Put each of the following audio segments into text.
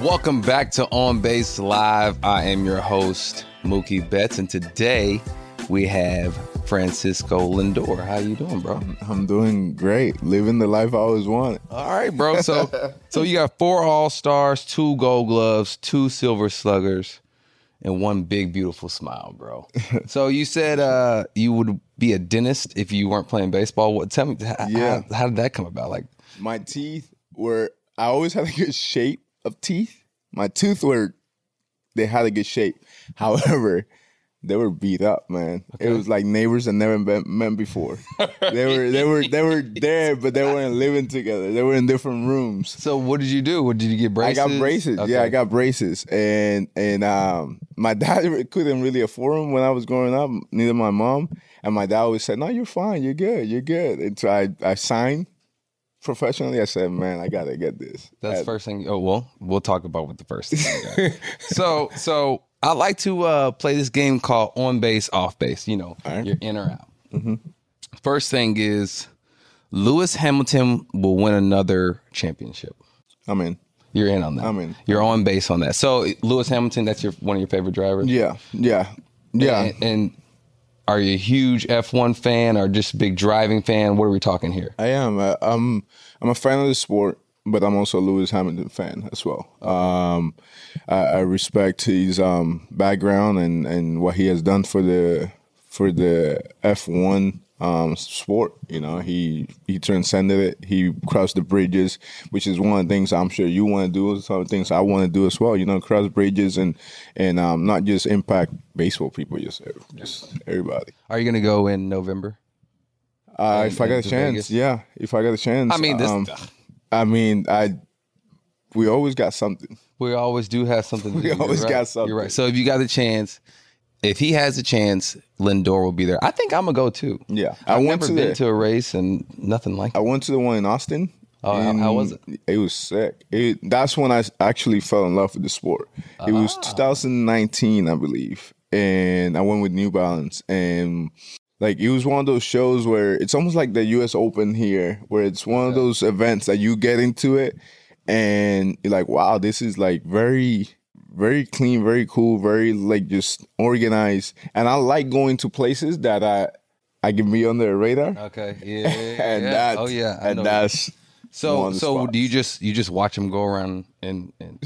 Welcome back to On Base Live. I am your host, Mookie Betts, and today we have Francisco Lindor. How you doing, bro? I'm doing great, living the life I always wanted. All right, bro. So so you got four All Stars, two Gold Gloves, two Silver Sluggers, and one big beautiful smile, bro. so you said uh, you would be a dentist if you weren't playing baseball. What? Tell me, h- h- Yeah. how, did that come about? Like, My teeth were, I always had a good shape of teeth. My tooth were, they had a good shape. However, they were beat up, man. It was like neighbors that never been, met before. they were, they were, they were there, but they weren't living together. They were in different rooms. so what did you do? What did you get braces? I got braces. Yeah, I Okay. got braces, and and um, my dad couldn't really afford them when I was growing up. Neither my mom and my dad always said, "No, you're fine. You're good. You're good." And so I I signed professionally. I said, "Man, I gotta get this." That's I- first thing. Oh well, we'll talk about what the first thing. you got. so so I like to uh, play this game called on base off base. You know, All right. Mm-hmm. you're in or out. First thing is Lewis Hamilton will win another championship. I'm in. You're in on that. I'm in. You're on base on that. So Lewis Hamilton, that's your one of your favorite drivers. Yeah, yeah, yeah. And, and are you a huge F1 fan or just a big driving fan? What are we talking here? I am. I, I'm I'm a fan of the sport, but I'm also a Lewis Hamilton fan as well. Um, I, I respect his um, background and, and what he has done for the for the F1 um, sport. You know, he he transcended it. He crossed the bridges, which is one of the things I'm sure you want to do. Some things I want to do as well. You know, cross bridges and and um, not just impact baseball people, just, just everybody. Are you going to go in November? Uh, if I got a to chance, Vegas? yeah. If I got a chance, I mean, this. um, I mean, I we always got something. We always do have something. To We do. You're always right. got You're right. something. So if you got the chance, if he has a chance, Lindor will be there. I think I'm gonna go too. Yeah, I I've went never to been the- to a race and nothing like. I It. went to the one in Austin. Oh, how- and how was it? It was sick. It, that's when I s- actually fell in love with the sport. It was Ah. 2019, I believe, and I went with New Balance, and like it was one of those shows where it's almost like the U.S. Open here, where it's one of those events that you get into it, and you're like, wow, this is like very very clean, very cool, very like just organized. And I like going to places that I I can be on the radar. Okay. Yeah. And yeah. that's oh yeah. I know. and that's one so of the so spots. do you just you just watch him go around and, and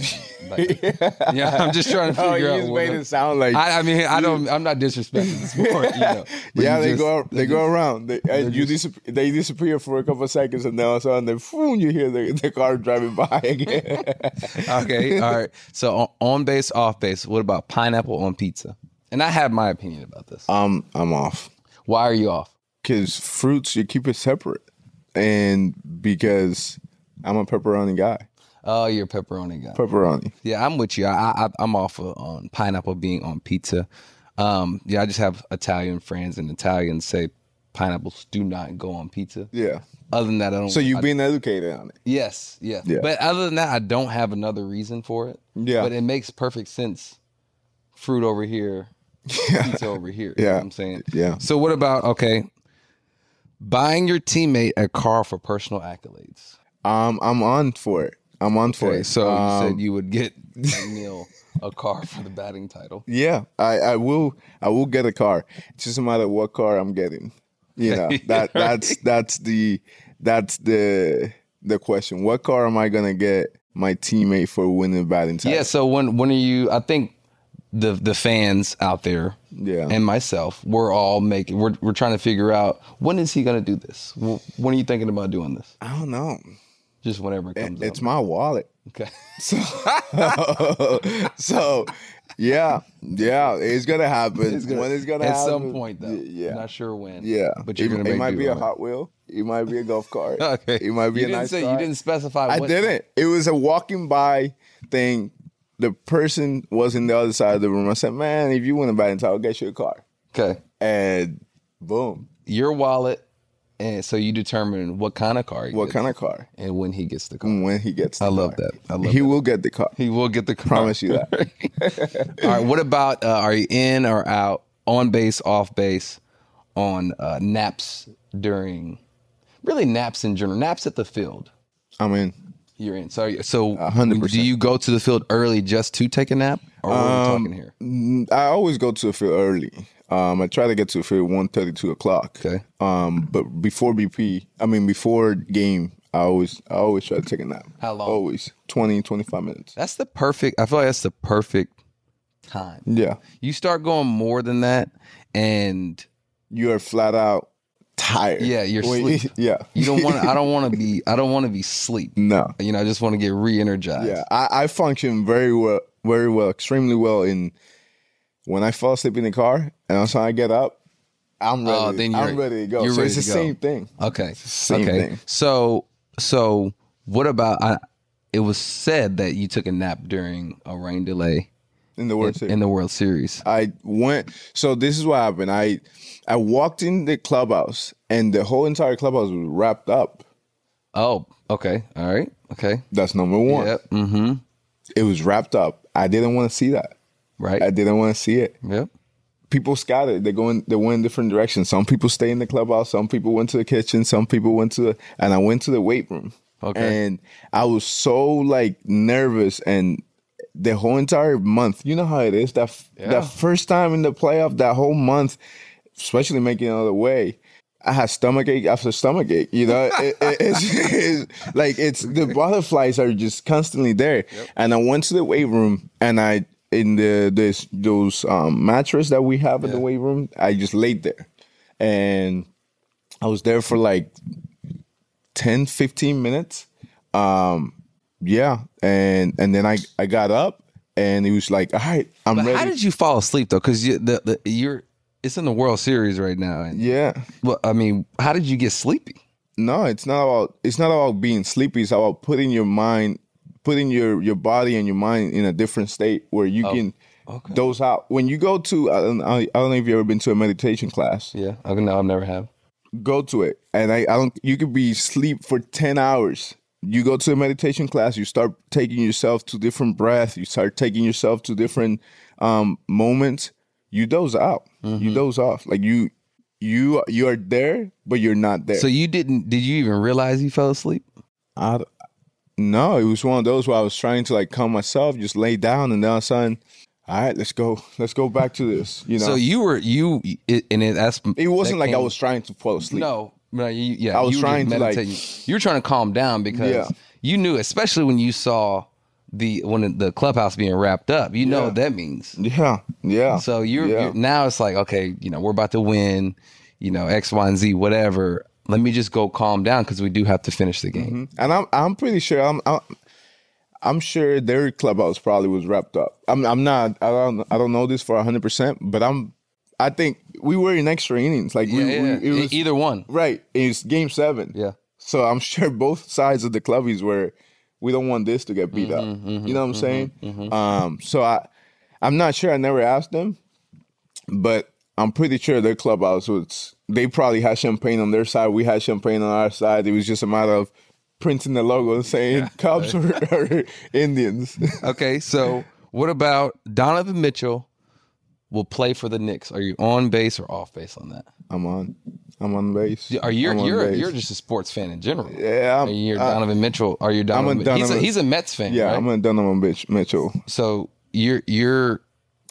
like- yeah. I'm just trying to Oh, figure you out. just what made the- it sound like I, I mean, I don't. I'm not disrespecting the sport. You know, But yeah, you they just- go they go around. They and you disap- they disappear for a couple of seconds, and then all of a sudden, they, phoom, you hear the, the car driving by again. Okay. All right. So on, on base, off base. What about pineapple on pizza? And I have my opinion about this. um, I'm off Why are you off? because fruits you keep it separate, and because I'm a pepperoni guy. Oh, you're a pepperoni guy. Pepperoni. Yeah, I'm with you. I, I I'm off of, on pineapple being on pizza. Um, yeah, I just have Italian friends, and Italians say pineapples do not go on pizza. Yeah. Other than that, I don't. So you've I- been educated on it. yes, yes. Yeah. But other than that, I don't have another reason for it. Yeah. But it makes perfect sense. Fruit over here, pizza over here. You know Yeah. what I'm saying. Yeah. So what about okay? Buying your teammate a car for personal accolades. Um, I'm on for it. I'm on for Okay, it. so um, you said you would get Neil a car for the batting title. Yeah, I, I will I will get a car. It's just a matter of what car I'm getting. You know, that that's that's the that's the the question. What car am I gonna get my teammate for winning batting title? Yeah. So when when are you? I think the the fans out there, Yeah. and myself, we're all making we're we're trying to figure out when is he going to do this? Wh- When are you thinking about doing this? I don't know. Just whenever it comes It's up. my wallet. Okay. So, so yeah, yeah, it's gonna happen. when it's gonna at happen some point though. y- Yeah. Not sure when. yeah, But you're it, going to it make might do be a on it. Hot Wheel. It might be a golf cart. Okay. It might be you a didn't nice say car. you didn't specify. I what- didn't. It was a walking by thing. The person was in the other side of the room. I said, "Man, if you want to buy it, I'll get you a car." Okay. And boom, Your wallet, and so you determine what kind of car. He what gets kind of car? and when he gets the car. When he gets, the I love car. that. I love he will get the car. He will get the car. Promise you that. All right. What about uh, are you in or out on base, off base, on uh, naps during? Really, naps in general. Naps at the field. I mean, You're in. So, so hundred do percent. you go to the field early just to take a nap, or what are we talking here? Mm, I always go to the field early. Um, I try to get to the field 1.30, 2 o'clock. Okay. Um, but before BP, I mean before game, I always I always try to take a nap. How long? Always 20, 25 minutes. That's the perfect. I feel like that's the perfect time. Yeah, You start going more than that, and you are flat out tired. Yeah, you're sleep. Yeah, you don't want. I don't want to be. I don't want to be sleep. no. You know, I just want to get re-energized. Yeah, I, I function very well, very well, extremely well in when I fall asleep in the car and also I get up, I'm ready. Oh, then I'm you're- ready to go. you're so ready it's the to go. same thing. Okay. Same okay. thing. So so what about I it was said that you took a nap during a rain delay In the words, in the World Series. I went. So this is what happened. I I walked in the clubhouse and the whole entire clubhouse was wrapped up. Oh, okay. All right. Okay. That's number one. Yep. Mm-hmm. It was wrapped up. I didn't want to see that. Right. I didn't want to see it. yep. People scattered. They going. They went in different directions. Some people stay in the clubhouse. Some people went to the kitchen. Some people went to. The, and I went to the weight room. Okay. And I was so like nervous and the whole entire month. You know how it is that f- Yeah. that first time in the playoff that whole month, especially making it out of the way. I had stomach ache after stomach ache. You know, It- it- it's, it's like it's the butterflies are just constantly there. And I went to the weight room and I in the this those um, mattress that we have in the weight room. I just laid there, and I was there for like 10 15 minutes um yeah and and then i i got up and he was like all right i'm But ready how did you fall asleep though? Because you the, the you're it's in the World Series right now. And yeah well, I mean, how did you get sleepy? no it's not about it's not about being sleepy it's about putting your mind putting your your body and your mind in a different state where you can Oh. okay. doze out when you go to I don't, I don't know if you've ever been to a meditation class Yeah. Okay, no, I've never have. go to it and I, I don't you could be sleep for 10 hours you go to a meditation class you start taking yourself to different breath you start taking yourself to different um moments you doze out Mm-hmm. you doze off like you you you are there but you're not there So you didn't did you even realize you fell asleep? I, no it was one of those where i was trying to like calm myself just lay down and then all of a sudden all right let's go let's go back to this you know So you were you it, and it, that's it wasn't that like i came- was trying to fall asleep No, no, you, yeah. I was you were just trying to, like- meditating. you were trying to calm down because Yeah. you knew, especially when you saw the when the clubhouse being wrapped up. You know Yeah. what that means. yeah yeah So you're, Yeah. you're now it's like okay, you know, we're about to win. You know, X, Y, and Z, whatever. Let me just go calm down because we do have to finish the game. Mm-hmm. and I'm I'm pretty sure I'm I'm, I'm sure their clubhouse probably was wrapped up. I'm I'm not I don't I don't know this for hundred percent, but I'm I think we were in extra innings. Like we, Yeah, yeah. we it was E- either one. right. It's game seven. Yeah. So I'm sure both sides of the clubbies were we don't want this to get beat up. Mm-hmm, you know what I'm saying? Um. So I I'm not sure. I never asked them, but I'm pretty sure their clubhouse was. They probably had champagne on their side. We had champagne on our side. It was just a matter of printing the logo and saying Cubs or, or Indians. Okay, so what about Donovan Mitchell? Will play for the Knicks. Are you on base or off base on that? I'm on. I'm on base. Are you? I'm on You're base. you're just a sports fan in general. yeah. I'm, uh, Are you Donovan Mitchell? Are you Donovan? a He's, a, Donovan- he's a Mets fan. yeah. right? I'm a Donovan Mitch- Mitchell. so you're you're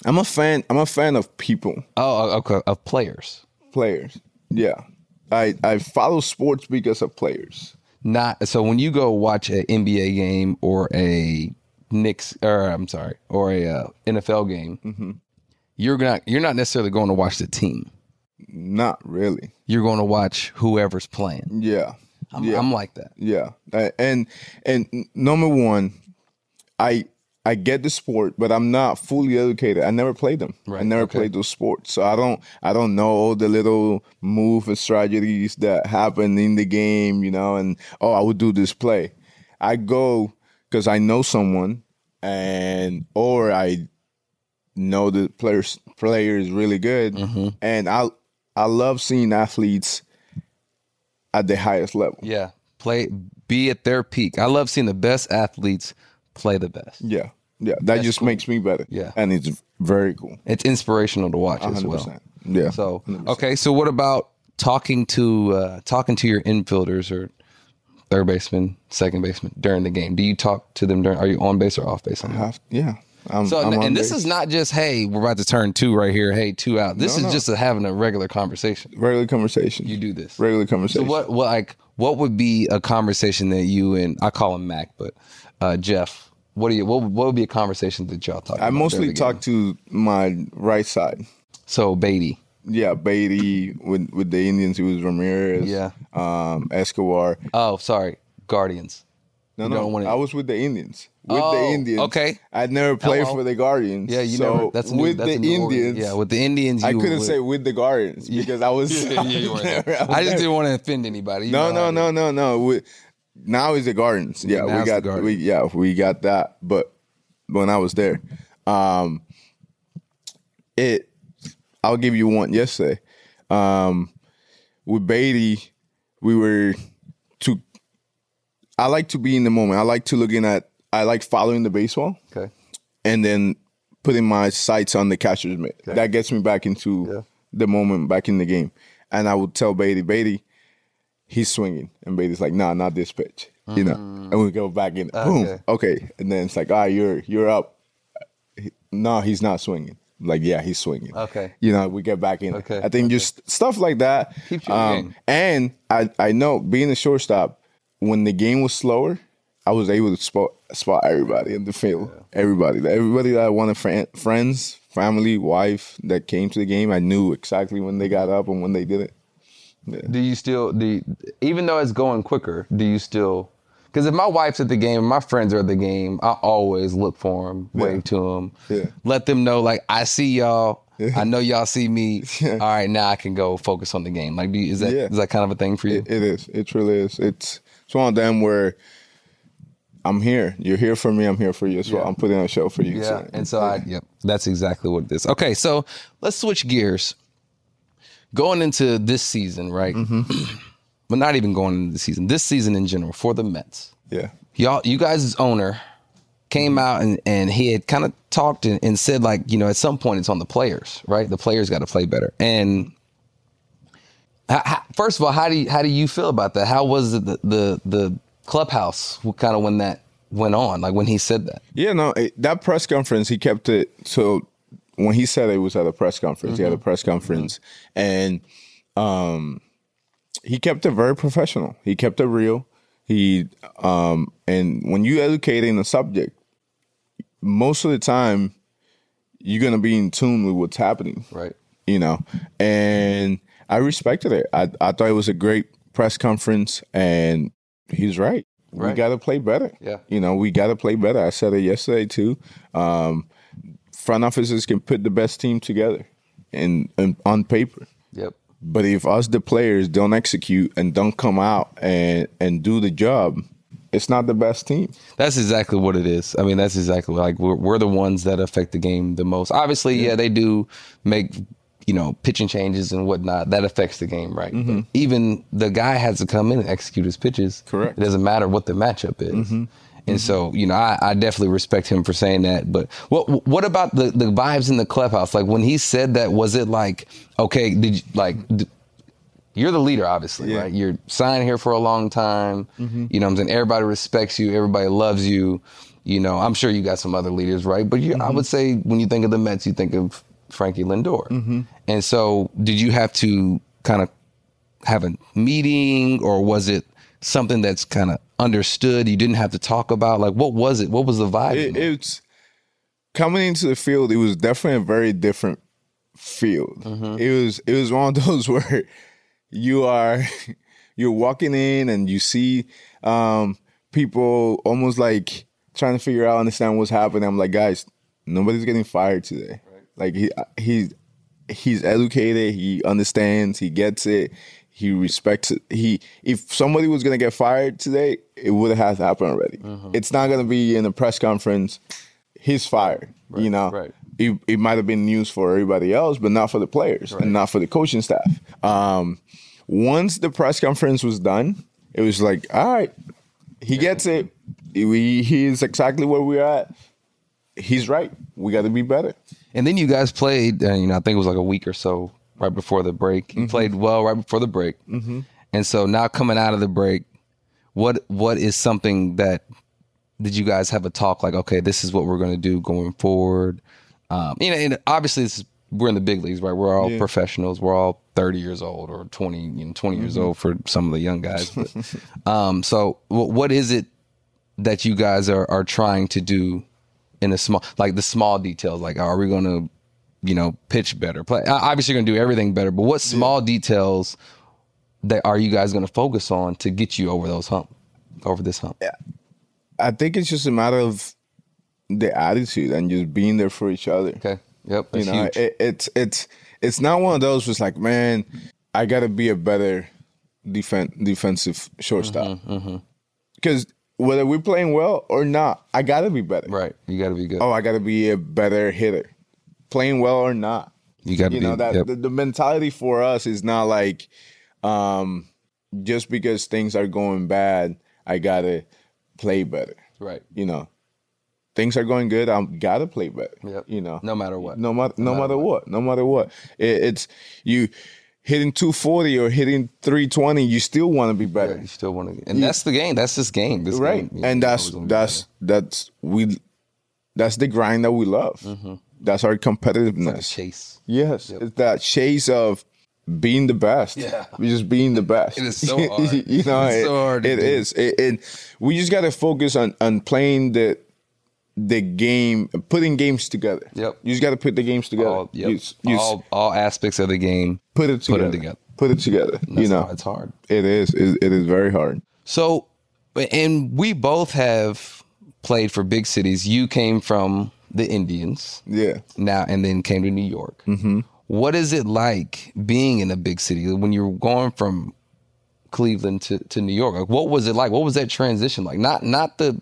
I'm a fan. I'm a fan of people. oh okay of players, players. Yeah. I I follow sports because of players. not so when you go watch an NBA game or a Knicks or I'm sorry or a uh, NFL game, Mm-hmm. you're not you're not necessarily going to watch the team. Not really. You're going to watch whoever's playing. Yeah. I'm, I'm like that. Yeah. Uh, And and n- number one, I I get the sport, but I'm not fully educated. I never played them. I Right, never okay. played those sports, so I don't I don't know all the little move and strategies that happen in the game. You know, and oh, I would do this play. I go because I know someone, and or I know the players player is really good, Mm-hmm. and I I love seeing athletes at the highest level. Yeah, play be at their peak. I love seeing the best athletes play the best. Yeah. Yeah. That just makes me better. Yeah. And it's very cool. It's inspirational to watch as 100%. well. Yeah. So okay, so what about talking to uh, talking to your infielders or third baseman, second baseman during the game? Do you talk to them during? Are you on base or off base? On that? Have- yeah. I'm, So, I'm and, on this base. is not just hey, we're about to turn two right here. Hey, two out. This No, is no. just a, having a regular conversation. regular conversation. You do this. regular So conversation. what, what, like, what would be a conversation that you and I call him Mac, but uh, Jeff, what do you? What, what would be a conversation that y'all talk? I mostly talk to my right side. So Beatty, Yeah, Beatty with with the Indians. It was Ramirez. Yeah. um, Escobar. Oh, sorry, Guardians. No, You no, don't wanna- I was with the Indians. With the Oh, Indians. okay. I'd never played Hello. for the Guardians. Yeah, you so know that's a new, with that's the a new order. Indians. Yeah, with the Indians, I you were couldn't with. say with the Guardians because I was. Yeah, yeah, you were there. I just didn't want to offend anybody. You No, know how no, it no, no, no. We, now is the Gardens. Yeah, now we it's the got Gardens. we yeah we got that. But when I was there, um, it I'll give you one yesterday. Um, with Beatty, we were to. I like to be in the moment. I like to looking at. I like following the baseball is. Okay. and then putting my sights on the catcher's mitt. That gets me back into Yeah. the moment, back in the game. And I would tell Beatty, Beatty, he's swinging, and Beatty's like, "Nah, not this pitch," you know. And we go back in, boom, Mm. Okay. okay. And then it's like, "Ah, you're you're up." He- no, he's not swinging. Like, yeah, he's swinging. Okay. you know, we get back in. Okay, I think just stuff like that. Keeps you in game. Um, and I I know being a shortstop, when the game was slower, I was able to spot spot everybody in the field. Everybody, everybody that I wanted, fri- friends, family, wife that came to the game. I knew exactly when they got up and when they didn't. Do you still do? you- even though it's going quicker, do you still? Because if my wife's at the game, my friends are at the game, I always look for them, wave to them, Yeah. let them know like I see y'all. I know y'all see me. All right, now I can go focus on the game. Like, do you, is that is Yeah. that kind of a thing for you? It is. It truly is. It's it's one of them where I'm here. You're here for me. I'm here for you as well. I'm putting on a show for you. Yeah, So- and so I yep, that's exactly what it is. Okay, so let's switch gears. Going into this season, right? Mm-hmm. but not even going into the season. This season in general for the Mets. yeah, Y'all, you guys' owner came out and, and he had kind of talked and, and said like, you know, at some point it's on the players, right? The players got to play better. And how, how, first of all, how do you, how do you feel about that? How was it the the, the clubhouse? What kind of when that went on? Like when he said that? yeah. No, it, that press conference he kept it. So when he said it was at a press conference, he had a press conference, and um, he kept it very professional. He kept it real. He um and when you educate in a subject, most of the time you're gonna be in tune with what's happening. Right. You know? And I respected it. I, I thought it was a great press conference and he's right. We Right. gotta play better. Yeah. You know, we gotta play better. I said it yesterday too. Um front offices can put the best team together and, and on paper. Yep. But if us the players don't execute and don't come out and and do the job, it's not the best team. That's exactly what it is. I mean, that's exactly like we're, we're the ones that affect the game the most. Obviously, yeah, they do make you know pitching changes and whatnot that affects the game, right? But even the guy has to come in and execute his pitches. Correct. It doesn't matter what the matchup is. And so, you know, I, I definitely respect him for saying that. But what what about the, the vibes in the clubhouse? Like when he said that, was it like okay? Did you, like d- you're the leader, obviously, Yeah. Mm-hmm. right? You're signed here for a long time. You know what I'm saying? Everybody respects you. Everybody loves you. You know, I'm sure you got some other leaders, right? But you, I Mm-hmm. would say when you think of the Mets, you think of Frankie Lindor. Mm-hmm. And so, did you have to kind of have a meeting, or was it something that's kind of understood? You didn't have to talk about. Like, what was it? What was the vibe? in It, there? it's coming into the field. It was definitely a very different field. It was it was one of those where you are you're walking in and you see um, people almost like trying to figure out understand what's happening. I'm like, guys, nobody's getting fired today. Like he he's he's educated. He understands. He gets it. He respects it. He if somebody was gonna get fired today, it would have happened already. Uh-huh. It's not gonna be in a press conference. He's fired. you know, right. It, it might have been news for everybody else, but not for the players and not for the coaching staff. Um, once the press conference was done, it was like, all right, he gets it. We he is exactly where we're at. He's right. We got to be better. And then you guys played, uh, you know, I think it was like a week or so right before the break. You played well right before the break. And so now coming out of the break, what what is something that did you guys have a talk like okay this is what we're going to do going forward um you know and obviously this is, we're in the big leagues right we're all professionals we're all 30 years old or 20 you know, 20 years old for some of the young guys but, um so wh- what is it that you guys are are trying to do in a small like the small details like are we going to you know pitch better play o- obviously you're going to do everything better but what small details that are you guys going to focus on to get you over those hump over this hump I think it's just a matter of the attitude and just being there for each other. Okay. Yep. you That's know, huge. it, it's it's it's not one of those just like, man, I gotta be a better defen- defensive shortstop Mm-hmm, because whether we're playing well or not, I gotta be better. right. You got to be good. Oh, I gotta be a better hitter, playing well or not. you got to You be. know that yep. the, the mentality for us is not like um, just because things are going bad, I gotta play better. right. You know, things are going good, I gotta play better. Yep. You know, No matter what. no matter no, matter what. no matter what it, it's you hitting 240 or hitting 320 you still want to be better You still want to. And that's the game. That's this game. This right game, you and uh, know, always that's gonna be that's that's we that's the grind that we love Mm-hmm. that's our better. competitiveness chase. yes it's that chase of being the best Yeah. just being the best It is so hard. you know It's it, so hard to it do. is It- and we just got to focus on on playing the the game putting games together Yep. you just got to put the games together All, yep. You s- you s- all, all aspects of the game. put it together. Put 'em together. Put it together. you That's know, why it's hard. it is. It, it is very hard. So, and we both have played for big cities. You came from the Indians. Yeah. now and then came to New York. What is it like being in a big city when you're going from Cleveland to, to New York? Like, what was it like? What was that transition like? Not not the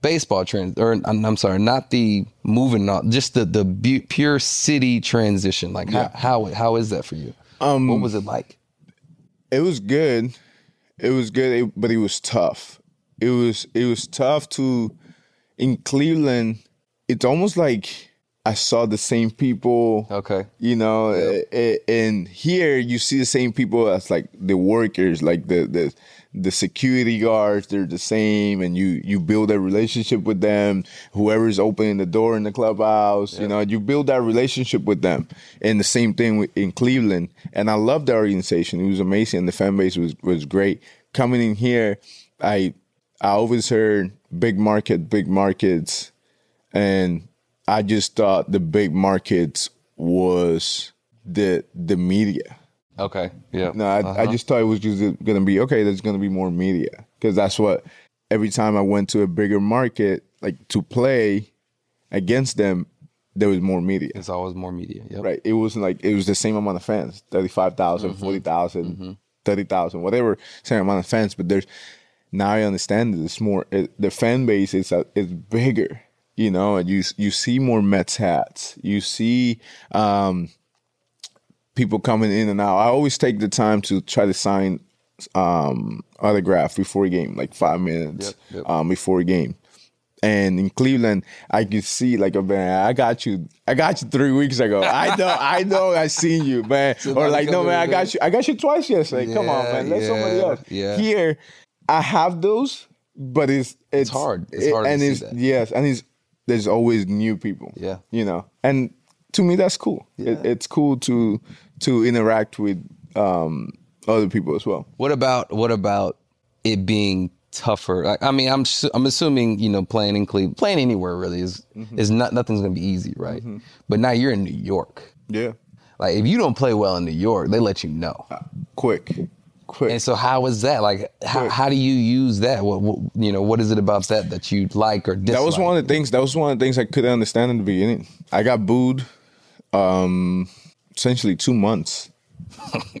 baseball trans or I'm, I'm sorry, not the moving on, just the the bu- pure city transition. Like how, how how is that for you? Um, what was it like? It was good. It was good, it- but it was tough. It was it was tough to in Cleveland. It's almost like I saw the same people. Okay, You know, a- a- and here you see the same people as like the workers, like the the the security guards. They're the same, and you you build a relationship with them. Whoever's opening the door in the clubhouse, you know, you build that relationship with them. And the same thing with, in Cleveland. And I loved the organization; it was amazing. The fan base was was great. Coming in here, I I always heard big market, big markets and I just thought the big markets was the the media. okay, yeah. No, I, I just thought it was just gonna be okay. There's gonna be more media because that's what every time I went to a bigger market, like to play against them, there was more media. It's always more media. Yep. Mm-hmm. Right? It wasn't like it was the same amount of fans, 35,000, 40,000, 30,000, whatever same amount of fans. But there's now I understand that it's more it, the fan base is uh, is bigger. You know, and you you see more Mets hats. You see um, people coming in and out. I always take the time to try to sign um, autograph before a game, like five minutes Yep, yep. Um, before a game. And in Cleveland, I could see like a man. I got you. I got you three weeks ago. I know. I know. I seen you, man. or now like, you no, come man. I in got you. I got you twice yesterday. Come on, Yeah, man. Let somebody yeah, else. yeah. Here, I have those, but it's it's, hard. It's hard to and see it's that. yes, and it's there's always new people. Yeah. you know. And to me, that's cool. It, it's cool to to interact with um other people as well. What about what about it being tougher? Like, I mean, I'm su- I'm assuming you know playing in Cleveland, playing anywhere really is Mm-hmm. is not nothing's gonna be easy, right? But now you're in New York. Yeah, Like if you don't play well in New York, they let you know. Uh, quick, quick. And so how is that? Like how, how do you use that? What, what you know? What is it about that that you like or dislike? That was one of the things. That was one of the things I couldn't understand in the beginning. I got booed, um, essentially two months,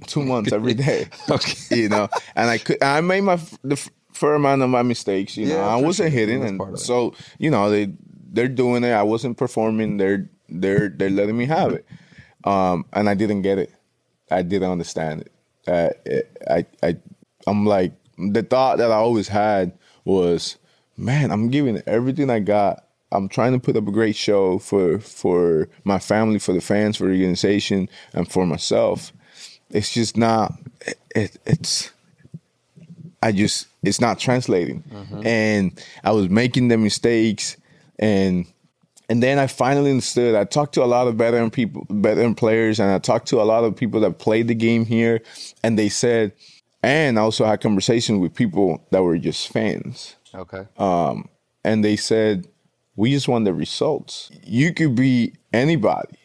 two months every day. Okay. you know, and I could. I made my f- the f- fair amount of my mistakes. You know, Yeah, I for wasn't sure. hitting, That's part and of it. so you know they they're doing it. I wasn't performing. They're they're they're letting me have it, um, and I didn't get it. I didn't understand it. Uh, it I I I'm like the thought that I always had was, man, I'm giving everything I got. I'm trying to put up a great show for for my family, for the fans, for the organization, and for myself. It's just not. It, it, it's. I just it's not translating. And I was making the mistakes and and then I finally understood. I talked to a lot of veteran people, veteran players, and I talked to a lot of people that played the game here, and they said, and I also had conversations with people that were just fans, Okay. Uh, and they said, we just want the results. You could be anybody,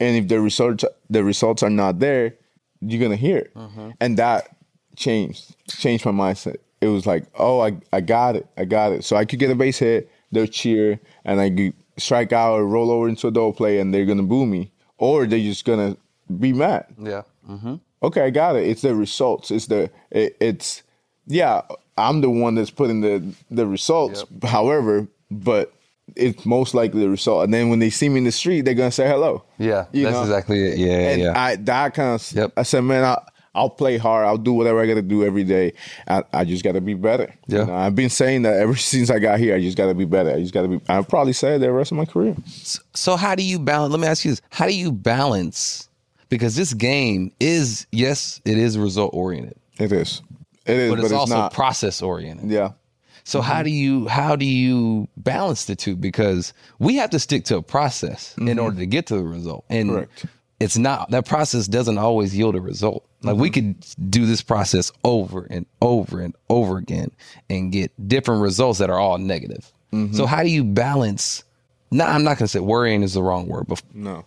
and if the results the results are not there, you're gonna hear it, and that changed changed my mindset. It was like, oh, I I got it, I got it. So I could get a base hit, they'll cheer, and I could strike out or roll over into a double play, and they're gonna boo me, or they're just gonna be mad yeah. Mm-hmm. okay, I got it. It's the results. It's the it, it's yeah. I'm the one that's putting the the results. However, but it's most likely the result. And then when they see me in the street, they're gonna say hello. Yeah. You that's know? exactly it. Yeah. And yeah. I that kind of Yep. I said, man, I, I'll play hard. I'll do whatever I gotta do every day. I, I just gotta be better. Yeah. know, I've been saying that ever since I got here. I just gotta be better. I just gotta be. I'll probably say it the rest of my career. so how do you balance let me ask you this how do you balance because this game is yes it is result oriented It is. It is, but, but, it's, also not. process oriented yeah. Mm-hmm. so how do you how do you balance the two because we have to stick to a process in order to get to the result and Mm-hmm. Correct. it's not that process doesn't always yield a result like we Mm-hmm. could do this process over and over and over again and get different results that are all negative Mm-hmm. so how do you balance no, I'm not gonna say worrying is the wrong word, but No.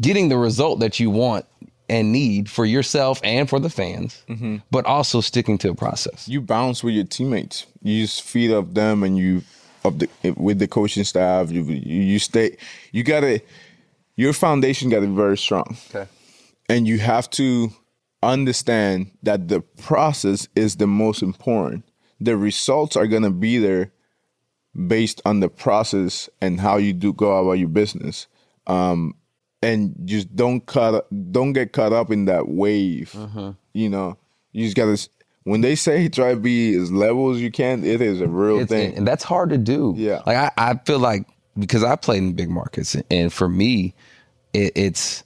getting the result that you want and need for yourself and for the fans, Mm-hmm. but also sticking to a process. you bounce with your teammates. You just feed off them, and you of the with the coaching staff. You you, you stay. You gotta your foundation got to be very strong, Okay. and you have to understand that the process is the most important. The results are gonna be there based on the process and how you do go about your business. Um, and just don't cut don't get caught up in that wave. Mm-hmm. You know, you just gotta. s- When they say try to be as level as you can, it is a real It's, thing. and, and that's hard to do. Yeah. Like I, I feel like because I played in big markets and for me, it, it's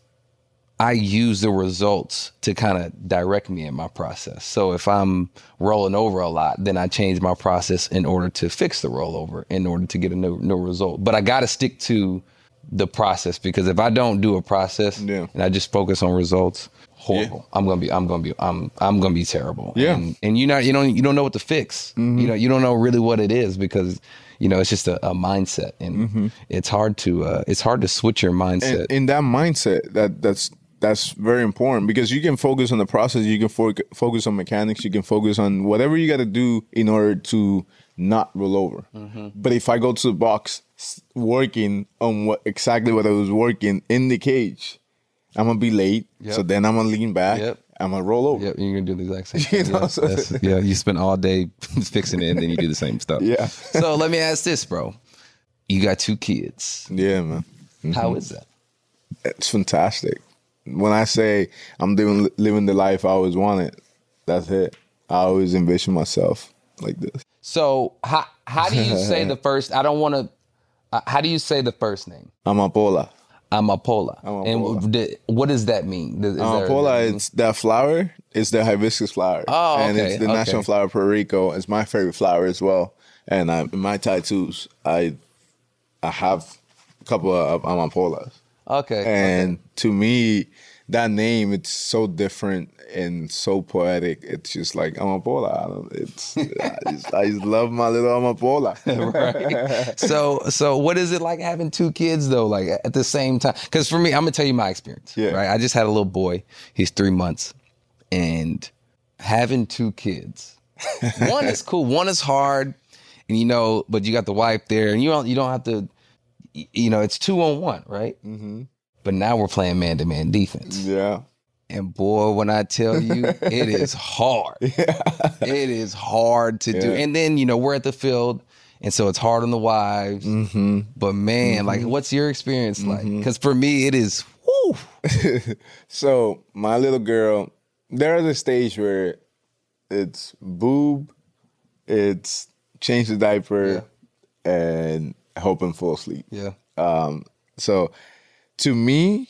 I use the results to kind of direct me in my process. So if I'm rolling over a lot, then I change my process in order to fix the rollover in order to get a new, new result. But I got to stick to the process because if I don't do a process Yeah. and I just focus on results, horrible. I'm gonna be, I'm gonna be, I'm, I'm gonna be terrible. Yeah. And, and you not, you don't, you don't know what to fix. Mm-hmm. You know, you don't know really what it is because, you know, it's just a, a mindset, and Mm-hmm. it's hard to, uh, it's hard to switch your mindset. in, in that mindset that that's that's very important because you can focus on the process you can fo- focus on mechanics you can focus on whatever you got to do in order to not roll over Mm-hmm. but if i go to the box s- working on what exactly what i was working in the cage i'm gonna be late so then i'm gonna lean back Yep. i'm gonna roll over Yep, you're gonna do the exact same thing. know, yeah, so- that's- yeah, you spend all day fixing it and then you do the same stuff. Yeah. so let me ask this, bro. You got two kids. yeah man How is that? it's fantastic. When I say I'm doing living the life I always wanted, that's it. I always envision myself like this. So how how do you say the first? I don't want to. Uh, how do you say the first name? I'm Apola. Amapola. Amapola. And d- what does that mean? Does- is there- Amapola, it's that flower. It's the hibiscus flower. Oh, And okay, it's the okay. national flower of Puerto Rico. It's my favorite flower as well. And I, in my tattoos, I I have a couple of amapolas. okay. And to me, that name it's so different and so poetic. It's just like amapola. I don't, it's I, just, I just love my little amapola. so so what is it like having two kids though like at the same time because for me i'm gonna tell you my experience Yeah. right i just had a little boy he's three months and having two kids one is cool one is hard and you know but you got the wife there and you don't you don't have to y- you know it's two on one right mm-hmm. but now we're playing man-to-man defense yeah. and boy, when I tell you, it is hard. It is hard to do. Yeah. And then, you know, we're at the field. And so it's hard on the wives. Mm-hmm. But man, like, what's your experience like? Because for me, it is, whew, So my little girl, there's a stage where it's boob, it's change the diaper, and hope and fall asleep. yeah. So to me,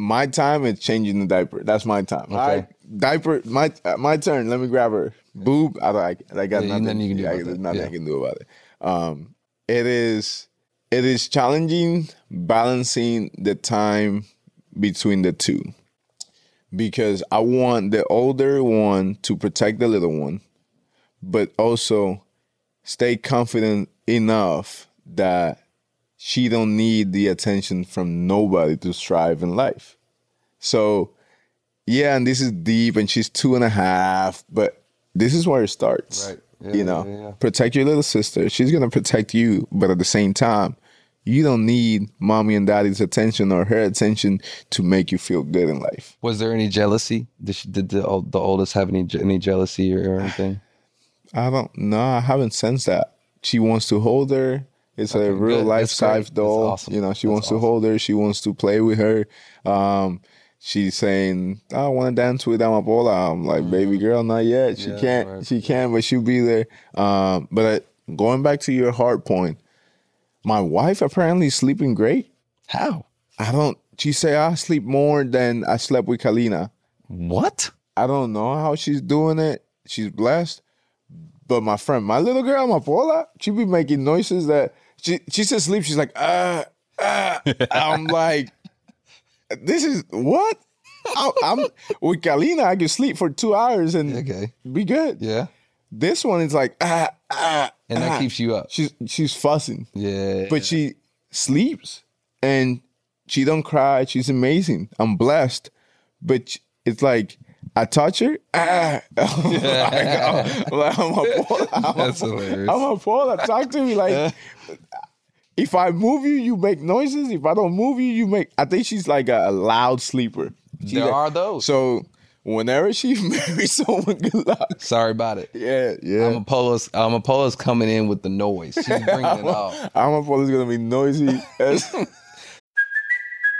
my time is changing the diaper. That's my time. I diaper. My uh, my turn. Let me grab her boob. I, I, I got Yeah, nothing. you- nothing you can do I, about there's that. nothing I Yeah. can do about it. Um, it is it is challenging balancing the time between the two because I want the older one to protect the little one, but also stay confident enough that she don't need the attention from nobody to strive in life. So yeah, and this is deep, and she's two and a half, but this is where it starts. Right. you Yeah, know, yeah, yeah. protect your little sister. She's gonna protect you, but at the same time, you don't need mommy and daddy's attention or her attention to make you feel good in life. Was there any jealousy? Did, she, did the, ol- the oldest have any je- any jealousy or, or anything? I don't know. I haven't sensed that. She wants to hold her. It's a real good. life That's great. size That's doll. awesome. You know, she That's wants to awesome. hold her. She wants to play with her. Um, she's saying, "I want to dance with Amapola." I'm like, "Baby girl, not yet. She Mm-hmm. Yeah, can't. right. She can, but she'll be there." Um, but I, going back to your hard point, my wife apparently is sleeping great. How? I don't. She say I sleep more than I slept with Kalina. What? I don't know how she's doing it. She's blessed. But my friend, my little girl, my Paula, she be making noises that she she says sleep. She's like, uh, uh. I'm like, this is what? I, I'm with Kalina. I can sleep for two hours and Okay. be good. Yeah. This one is like, ah, ah, And that ah. keeps you up. she's she's fussing Yeah. but she sleeps and she don't cry. She's amazing. I'm blessed, but sh- it's like I touch her. Ah, I'm like, I'm like, I'm a Paula. I'm a, That's hilarious. I'm a Paula. Talk to me like. If I move you, you make noises. If I don't move you, you make. I think she's like a, a loud sleeper. She's there like- are those. So whenever she marries someone, good luck. Sorry about it. Yeah, yeah. I'm Apollo's. I'm Apollo's coming in with the noise. She's bringing it all. I'm a Paula's gonna be noisy. as-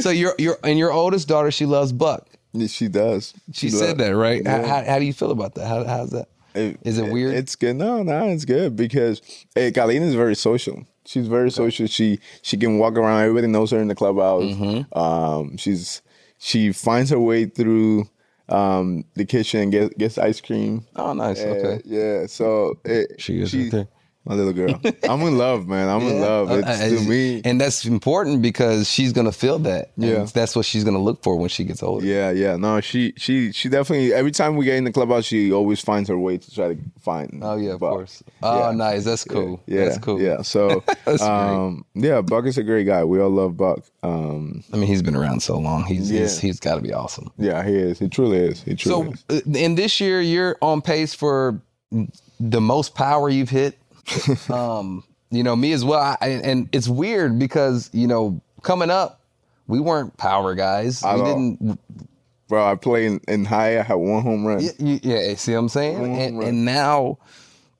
So your your and your oldest daughter, she loves Buck. she does. She lo- said that, right? Yeah. How, how, how do you feel about that? How, how's that? Is it weird? It's good. No, no, it's good because eh, Kalina is very social. She's very social. She she can walk around. Everybody knows her in the clubhouse. Mm-hmm. Um, she's she finds her way through um, the kitchen and gets, gets ice cream. oh, nice. Eh, okay. Yeah. So it, She is right there. my little girl. I'm in love, man. I'm in love. Uh, It's uh, to me. and that's important because she's gonna feel that. And Yeah. that's what she's gonna look for when she gets older. Yeah, yeah. No, she she she definitely every time we get in the clubhouse, she always finds her way to try to find. Oh yeah, of Buck. course. Oh, Yeah. nice. That's cool. Yeah, that's cool. Yeah, so That's great. um, yeah, Buck is a great guy. We all love Buck. Um, I mean, he's been around so long. He's he's, Yeah. he's got to be awesome. yeah, he is. He truly is. He truly So, is. uh, and this year you're on pace for the most power you've hit. um, you know, me as well. I, and- and it's weird because you know, coming up, we weren't power guys. we all. didn't. Bro, I play in, in high. I had one home run. y- y- Yeah, see what I'm saying? Mhm, And, right. and now,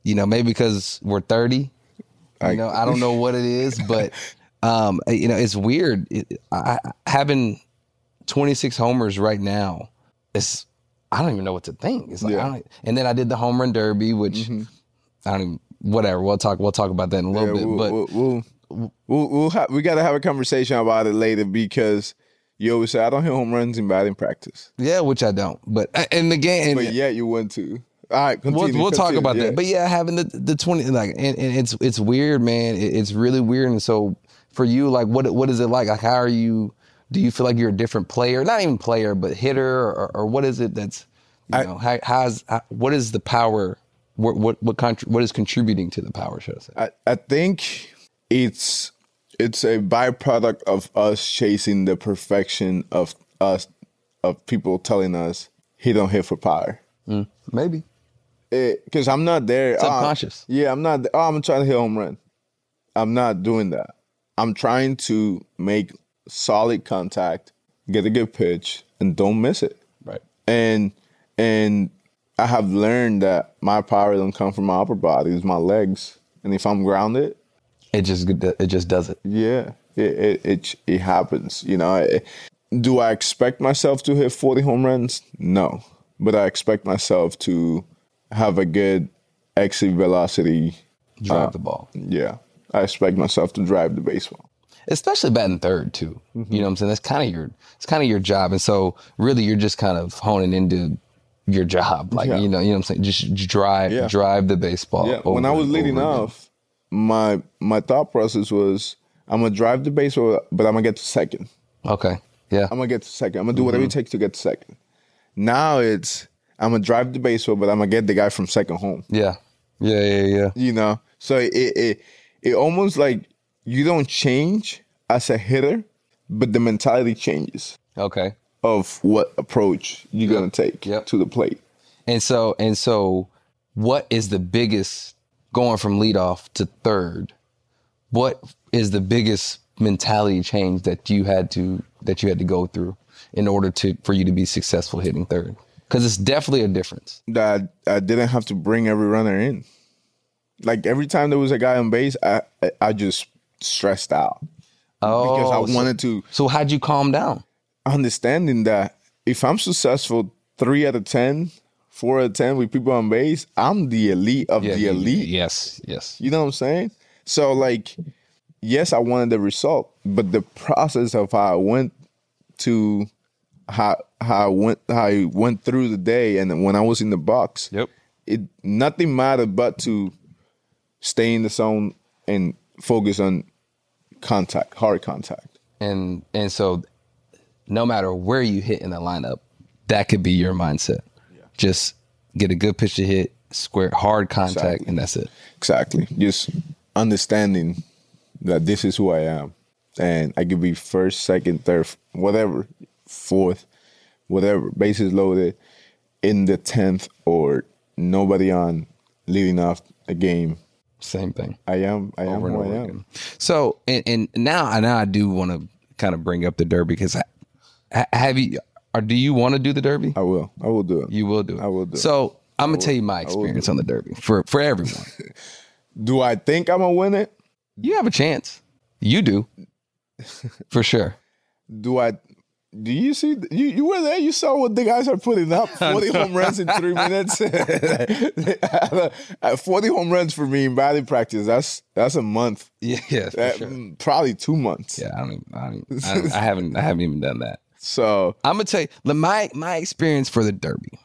you know, maybe because we're 30, you know, I don't know what it is, but um, you know, it's weird. It, I, I- having 26 homers right now, it's I don't even know what to think. It's like, Yeah. Mm-hmm. I don't, e, and then I did the home run derby, which I don't even whatever. We'll talk. We'll talk about that in a little Yeah, bit. we'll, but we'll, we'll, we'll, we'll ha- we got to have a conversation about it later because you always say I don't hit home runs in batting practice, yeah, which I don't. But in the game, but yet you went to. All right, we'll, continue, we'll talk continue. about Yeah. that. But yeah, having the the twenty like and, and it's it's weird, man. It, it's really weird. And so for you, like what what is it like? Like how are you? Do you feel like you're a different player? Not even player, but hitter, or, or what is it that's you know how, how's how, what is the power? What what what contr- what is contributing to the power? Should I say? I, I think it's it's a byproduct of us chasing the perfection of us of people telling us he don't hit for power Maybe. because I'm not there. Oh, Subconscious. yeah, I'm not. Oh, I'm trying to hit home run. I'm not doing that. I'm trying to make solid contact, get a good pitch, and don't miss it. Right. And and I have learned that my power don't come from my upper body; it's my legs. And if I'm grounded, It just it just does it. yeah, it it it, it happens. You know, I- do I expect myself to hit 40 home runs? No, but I expect myself to have a good exit velocity. Drive the ball, Yeah, I expect myself to drive the baseball. especially batting third too. Mm-hmm. You know what I'm saying? That's kind of your it's kind of your job, and so really you're just kind of honing into your job. Like Yeah. you know you know what I'm saying? Just j- drive Yeah. drive the baseball. Yeah, when I over was and leading over again. off, my my thought process was I'm gonna drive the baseball, but I'm gonna get to second. Okay. Yeah. I'm gonna get to second. I'm gonna do Mm-hmm. whatever it takes to get to second. Now it's I'm gonna drive the baseball, but I'm gonna get the guy from second home. yeah. Yeah. Yeah. Yeah. You know, so it it it almost like you don't change as a hitter, but the mentality changes Okay. of what approach you're gonna take Yep. to the plate. And so and so what is the biggest going from leadoff to third? What is the biggest mentality change that you had to that you had to go through in order to for you to be successful hitting third? Cuz it's definitely a difference. that I didn't have to bring every runner in. Like every time there was a guy on base, I I- I just stressed out Oh. because I so- wanted to So how'd you calm down? understanding that if I'm successful three out of ten, four out of ten with people on base, I'm the elite of the elite. Yes, yes. You know what I'm saying? So like, yes, I wanted the result, but the process of how I went to how how I went how I went through the day and when I was in the box, Yep. it nothing mattered but to stay in the zone and focus on contact, hard contact. And and so no matter where you hit in the lineup, that could be your mindset. Just get a good pitch to hit, square hard contact, Exactly. and that's it. Exactly. Just understanding that this is who I am. And I could be first, second, third, whatever, fourth, whatever, bases loaded in the 10th or nobody on leading off a game. Same thing. I am, I am over and who I over am. again. So, and, and now, and now I do want to kind of bring up the derby because have you, or do you want to do the derby? I will. I will do it. You will do it. I will do it. So, I'm gonna tell you my experience on the derby for for everyone. do I think I'm going to win it? you have a chance. You do, for sure. do I? Do you see? You you were there. You saw what the guys are putting up. Forty home runs in three minutes. Uh, Forty home runs for me in batting practice. That's that's a month. Yeah, yeah, for That- sure. mm, Probably two months. Yeah, I don't, even, I, don't, even- I, don't- I haven't, I haven't even done that. So I'm gonna tell you the- my my experience for the Derby.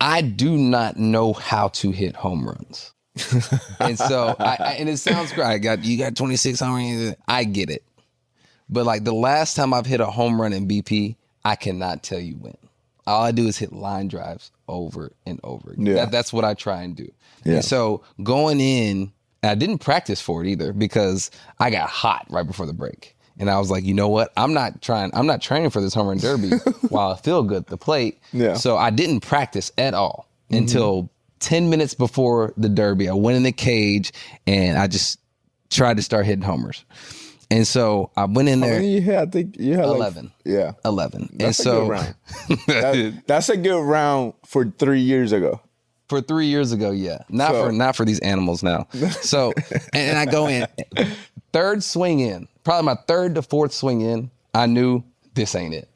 I do not know how to hit home runs, and so I, I and it sounds great. I got you got 26 home runs. I get it, but like the last time I've hit a home run in BP, I cannot tell you when. All I do is hit line drives over and over. Again. Yeah. That, that's what I try and do. Yeah. And so going in, and I didn't practice for it either because I got hot right before the break. And I was like, you know what? I'm not trying, I'm not training for this home run derby while I feel good at the plate. Yeah. So I didn't practice at all until 10 minutes before the derby. I went in the cage and I just tried to start hitting homers. And so I went in there. you had, I think you had like- 11. yeah, 11. That's a and so good round. That- that's a good round for three years ago. for 3 years ago, yeah. Not So- for not for these animals now. So and, and I go in third swing in. Probably my third to fourth swing in, I knew this ain't it.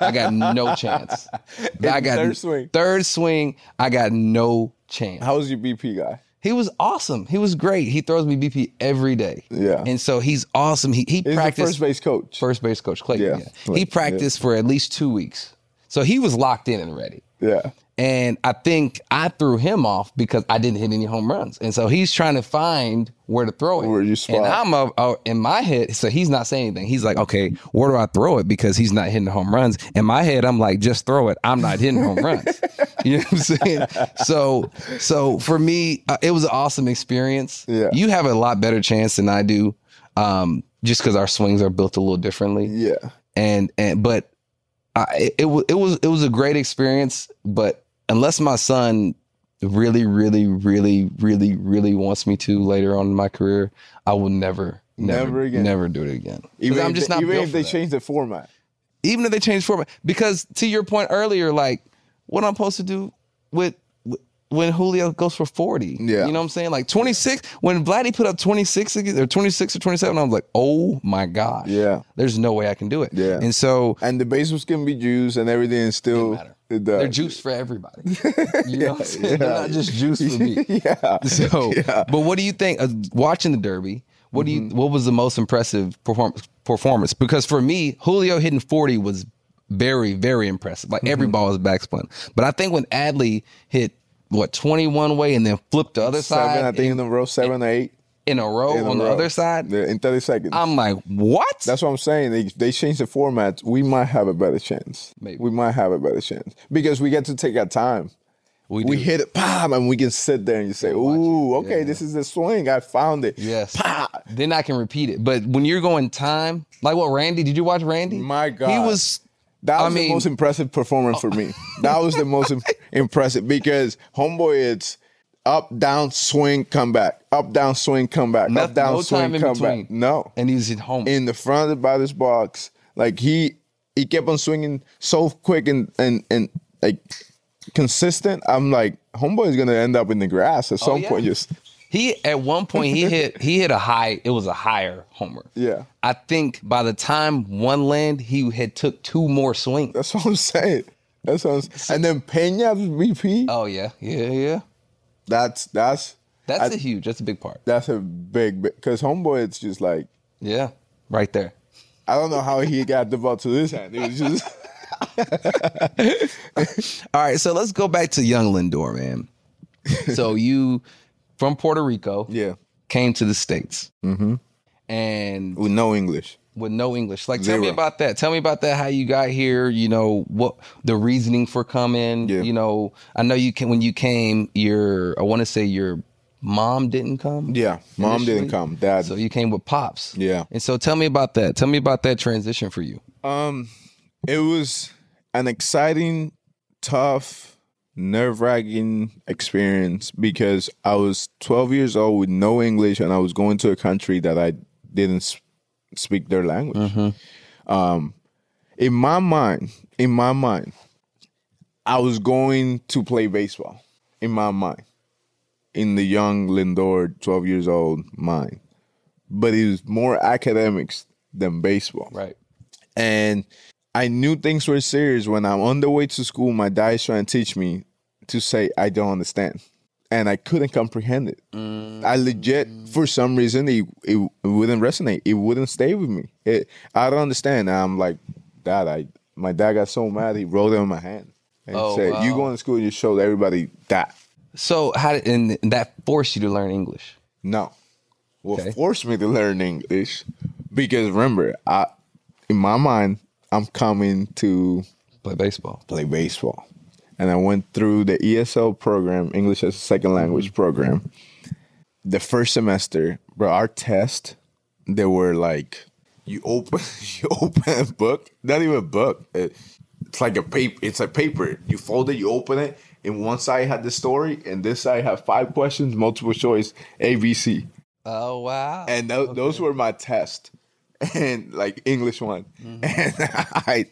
I got no chance. I got third swing. Third swing, I got no chance. How was your BP guy? He was awesome. He was great. He throws me BP every day. Yeah. And so he's awesome. He he He's the practiced first base coach. first base coach Clayton. Yeah. Yeah. He Clayton, yeah. practiced for at least two weeks. So he was locked in and ready. Yeah, And I think I threw him off because I didn't hit any home runs. And so he's trying to find where to throw it. Where you spot. And I'm a, a- in my head, so he's not saying anything. He's like, okay, where do I throw it? Because he's not hitting the home runs. In my head, I'm like, just throw it. I'm not hitting home runs. You know what I'm saying? So, so for me, uh, it was an awesome experience. Yeah. You have a lot better chance than I do, um, just because our swings are built a little differently yeah. and and but I, it, it was it was it was a great experience. But unless my son really, really, really, really, really wants me to later on in my career, I will never, never, Never again. never do it again. 'Cause Even I'm if just they, not even built if for they that. change the format. Even if they change format, because to your point earlier, like what I'm supposed to do with when Julio goes for 40. Yeah. You know what I'm saying? Like 26, when Vladdy put up 26 again, or 26 or 27, I was like, oh my gosh. Yeah. There's no way I can do it. Yeah. And so and the base was gonna be juice and everything and still matter. it they're does. juice for everybody. You know what I'm saying? They're yeah. not just juice for me. yeah Mm-hmm. So, but what do you think? Uh, watching the Derby, what do you? What was the most impressive perform- performance? Because for me, Julio hitting forty was very, very impressive. Like Mm-hmm. every ball was backspin. But I think when Adley hit what twenty one way and then flipped the other seven I side think in, in a row seven or eight in a row in a on the row. other side, Yeah, in 30 seconds I'm like, what? That's what I'm saying. They they change the format. We might have a better chance. Maybe. We might have a better chance because we get to take our time. We do. hit it, pop, and we can sit there and you say, it. "Ooh, okay, Yeah. this is the swing. I found it." Yes. Pop. Then I can repeat it. But when you're going time, like what Randy? Did you watch Randy? My he God. was. That I was mean- the most impressive performance for me. That was the most im- impressive because homeboy, it's up, down, swing, comeback, up, down, swing, comeback, No- up, down, no swing, time in comeback. between. No, And he was at home. in the front of the batter's box. Like he he kept on swinging so quick and and and like consistent. I'm like, homeboy is gonna end up in the grass at some Oh, yeah. point. Just He at one point he hit he hit a high. It was a higher homer. Yeah. I think by the time one land, he had took two more swings. that's what I'm saying. That's what I'm saying. And then Pena's VP. Oh yeah, yeah, yeah. That's that's That's I- a huge. That's a big part. that's a big because homeboy. It's just like Yeah, right there. I don't know how he got the ball to this hand. It was just All right, so let's go back to Young Lindor, man. so you from Puerto Rico, yeah, came to the states, mm-hmm. and with no English. with no English. Like, tell me Zero. about that. Tell me about that. How you got here? You know what the reasoning for coming? Yeah. You know, I know you can. When you came, your I want to say your mom didn't come. Yeah, mom initially. didn't come. Dad. So you came with pops. Yeah. And so tell me about that. Tell me about that transition for you. Um, it was an exciting, tough, nerve wracking experience because I was 12 years old with no English and I was going to a country that I didn't s- speak their language. Um, in my mind, in my mind, I was going to play baseball. In my mind, in the young Lindor, 12 years old mind, but it was more academics than baseball Right. and I knew things were serious when I'm on the way to school. My dad is trying to teach me to say I don't understand, and I couldn't comprehend it. I legit, for some reason, it, it wouldn't resonate. It wouldn't stay with me. It, I don't understand. And I'm like, Dad, I my dad got so mad he rolled it in my hand and Oh, said, "You wow. going to school and you showed everybody that." So how did and that forced you to learn English? No. Well, Okay. forced me to learn English because remember, I in my mind, I'm coming to Play baseball. play baseball. And I went through the ESL program, English as a second language program. The first semester, bro, our test, they were like, you open, you open a book, not even a book. It- It's like a paper. It's a paper. You fold it, you open it, and one side had the story, and this side had five questions, multiple choice, A, B, C Oh wow. and tho- those were my tests and like english one Mm-hmm. and i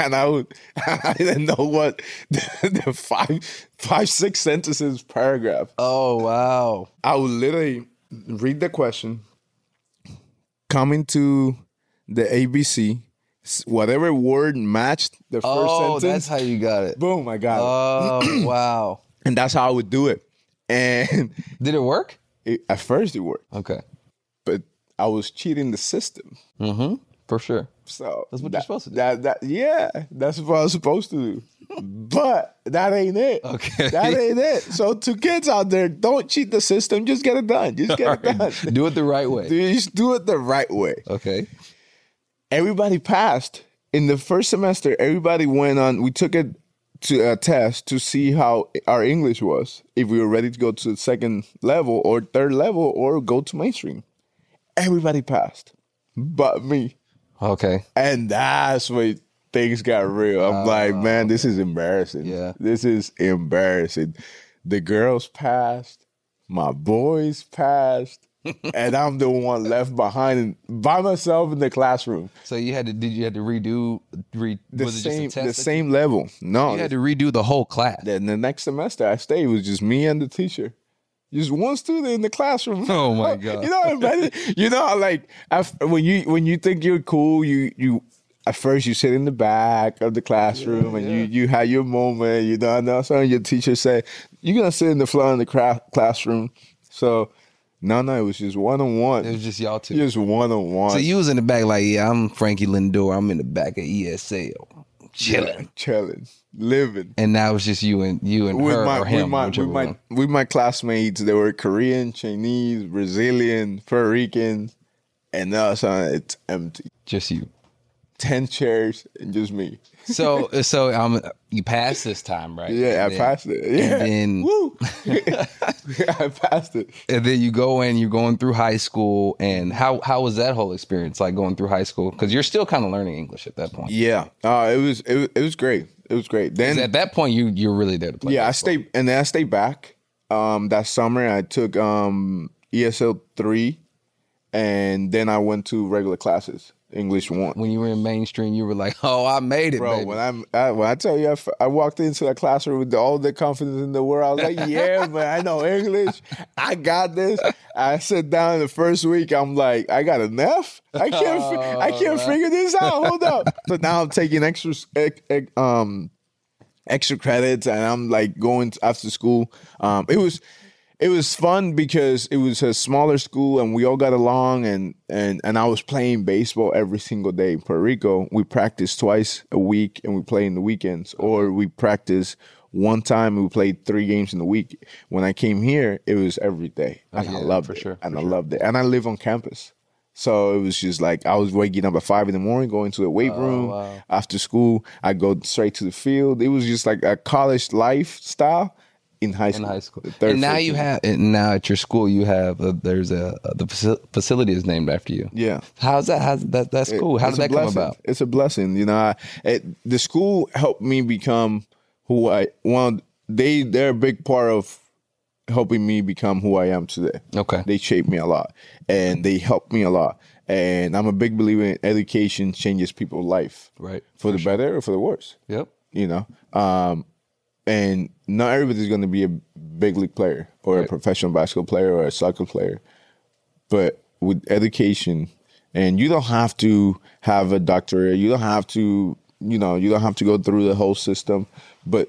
and i would i didn't know what the, the five five six sentences paragraph oh wow. i would literally read the question coming to the abc s- whatever word matched the first Oh, that's sentence how you got it. boom i got it Oh wow. and that's how i would do it and Did it work? it, at first it worked Okay. but i was cheating the system For sure. So That's what that- you're supposed to do. That, that, yeah, that's what I was supposed to do. But that ain't it. Okay. That ain't it. So to kids out there, don't cheat the system. Just get it done. Just get it done. Do it the right way. Dude, just do it the right way. Okay. Everybody passed. In the first semester, everybody went on. We took it to a test to see how our English was, if we were ready to go to the second level or third level or go to mainstream. Everybody passed, but me. Okay. And that's when things got real. I'm like, man, this is embarrassing. Oh, Yeah. This is embarrassing. The girls passed, my boys passed, and I'm the one left behind and by myself in the classroom. So you had to did you had to redo re, The was it same, just a the test? that- same level. No, You had to redo the whole class. then the next semester I stayed it was just me and the teacher. Just one student in the classroom. Oh, my God. You know, how bad- you know, how, like af- when you when you think you're cool, you you at first you sit in the back of the classroom and you you have your moment. You know, and all of a sudden your teacher say you're gonna sit in the floor in the cra- classroom. So no, no, it was just one on It one, was just y'all two. just one on one. so you was in the back like, yeah, I'm Frankie Lindor. I'm in the back of E ESL, chilling. chilling, living. And now it's just you and you and with her my or him. with my, whichever with my one. with my classmates they were Korean, Chinese, Brazilian, Puerto Rican, and now it's, uh, it's empty. Just you. Ten chairs and just me. So so um, you passed this time, right? Yeah, I And then- passed it. Yeah, then- woo, I passed it. And then you go in, you're going through high school, and how how was that whole experience like going through high school? Because you're still kind of learning English at that point. Yeah, uh, it was it was, it was great. It was great. Then 'Cause At that point, you you're really there to play. yeah, I baseball. stayed and then I stayed back. Um, that summer I took um ESL three, and then I went to regular classes, English one. When you were in mainstream, you were like, "Oh, I made it, Bro, baby." when I'm I, when I tell you I, f- I walked into that classroom with all the confidence in the world, I was like, "Yeah, man, I know English. I got this." I sit down the first week, I'm like, "I got enough. I can't. fi- I can't figure this out. Hold up." So now I'm taking extra s- ec- ec- um extra credits, and I'm like going t- after school. Um, it was it was fun because it was a smaller school and we all got along and and and I was playing baseball every single day in Puerto Rico. We practiced twice a week and we play in the weekends Uh-huh. or we practice one time and we played three games in the week. When I came here, it was every day. And I Oh, yeah, loved for it. sure, and I loved it. And I live on campus. So it was just like I was waking up at five in the morning, going to the weight Oh, room. After school, I go straight to the field. It was just like a college lifestyle in high in school. high school. the third, And now fourth you year. have, and now at your school, you have a, there's a, the faci- facility is named after you. Yeah. How's that? How's that? That's cool. How It's did a that come blessing. about? It's a blessing, you know. I, it, the school helped me become who I want. They they're a big part of helping me become who I am today. Okay. they shaped me a lot, and they helped me a lot. And I'm a big believer in education changes people's life, Right. for, the better or for the worse. Yep. You know, um, and not everybody's going to be a big league player or a professional basketball player or a soccer player but with education and you don't have to have a doctorate you don't have to you know you don't have to go through the whole system but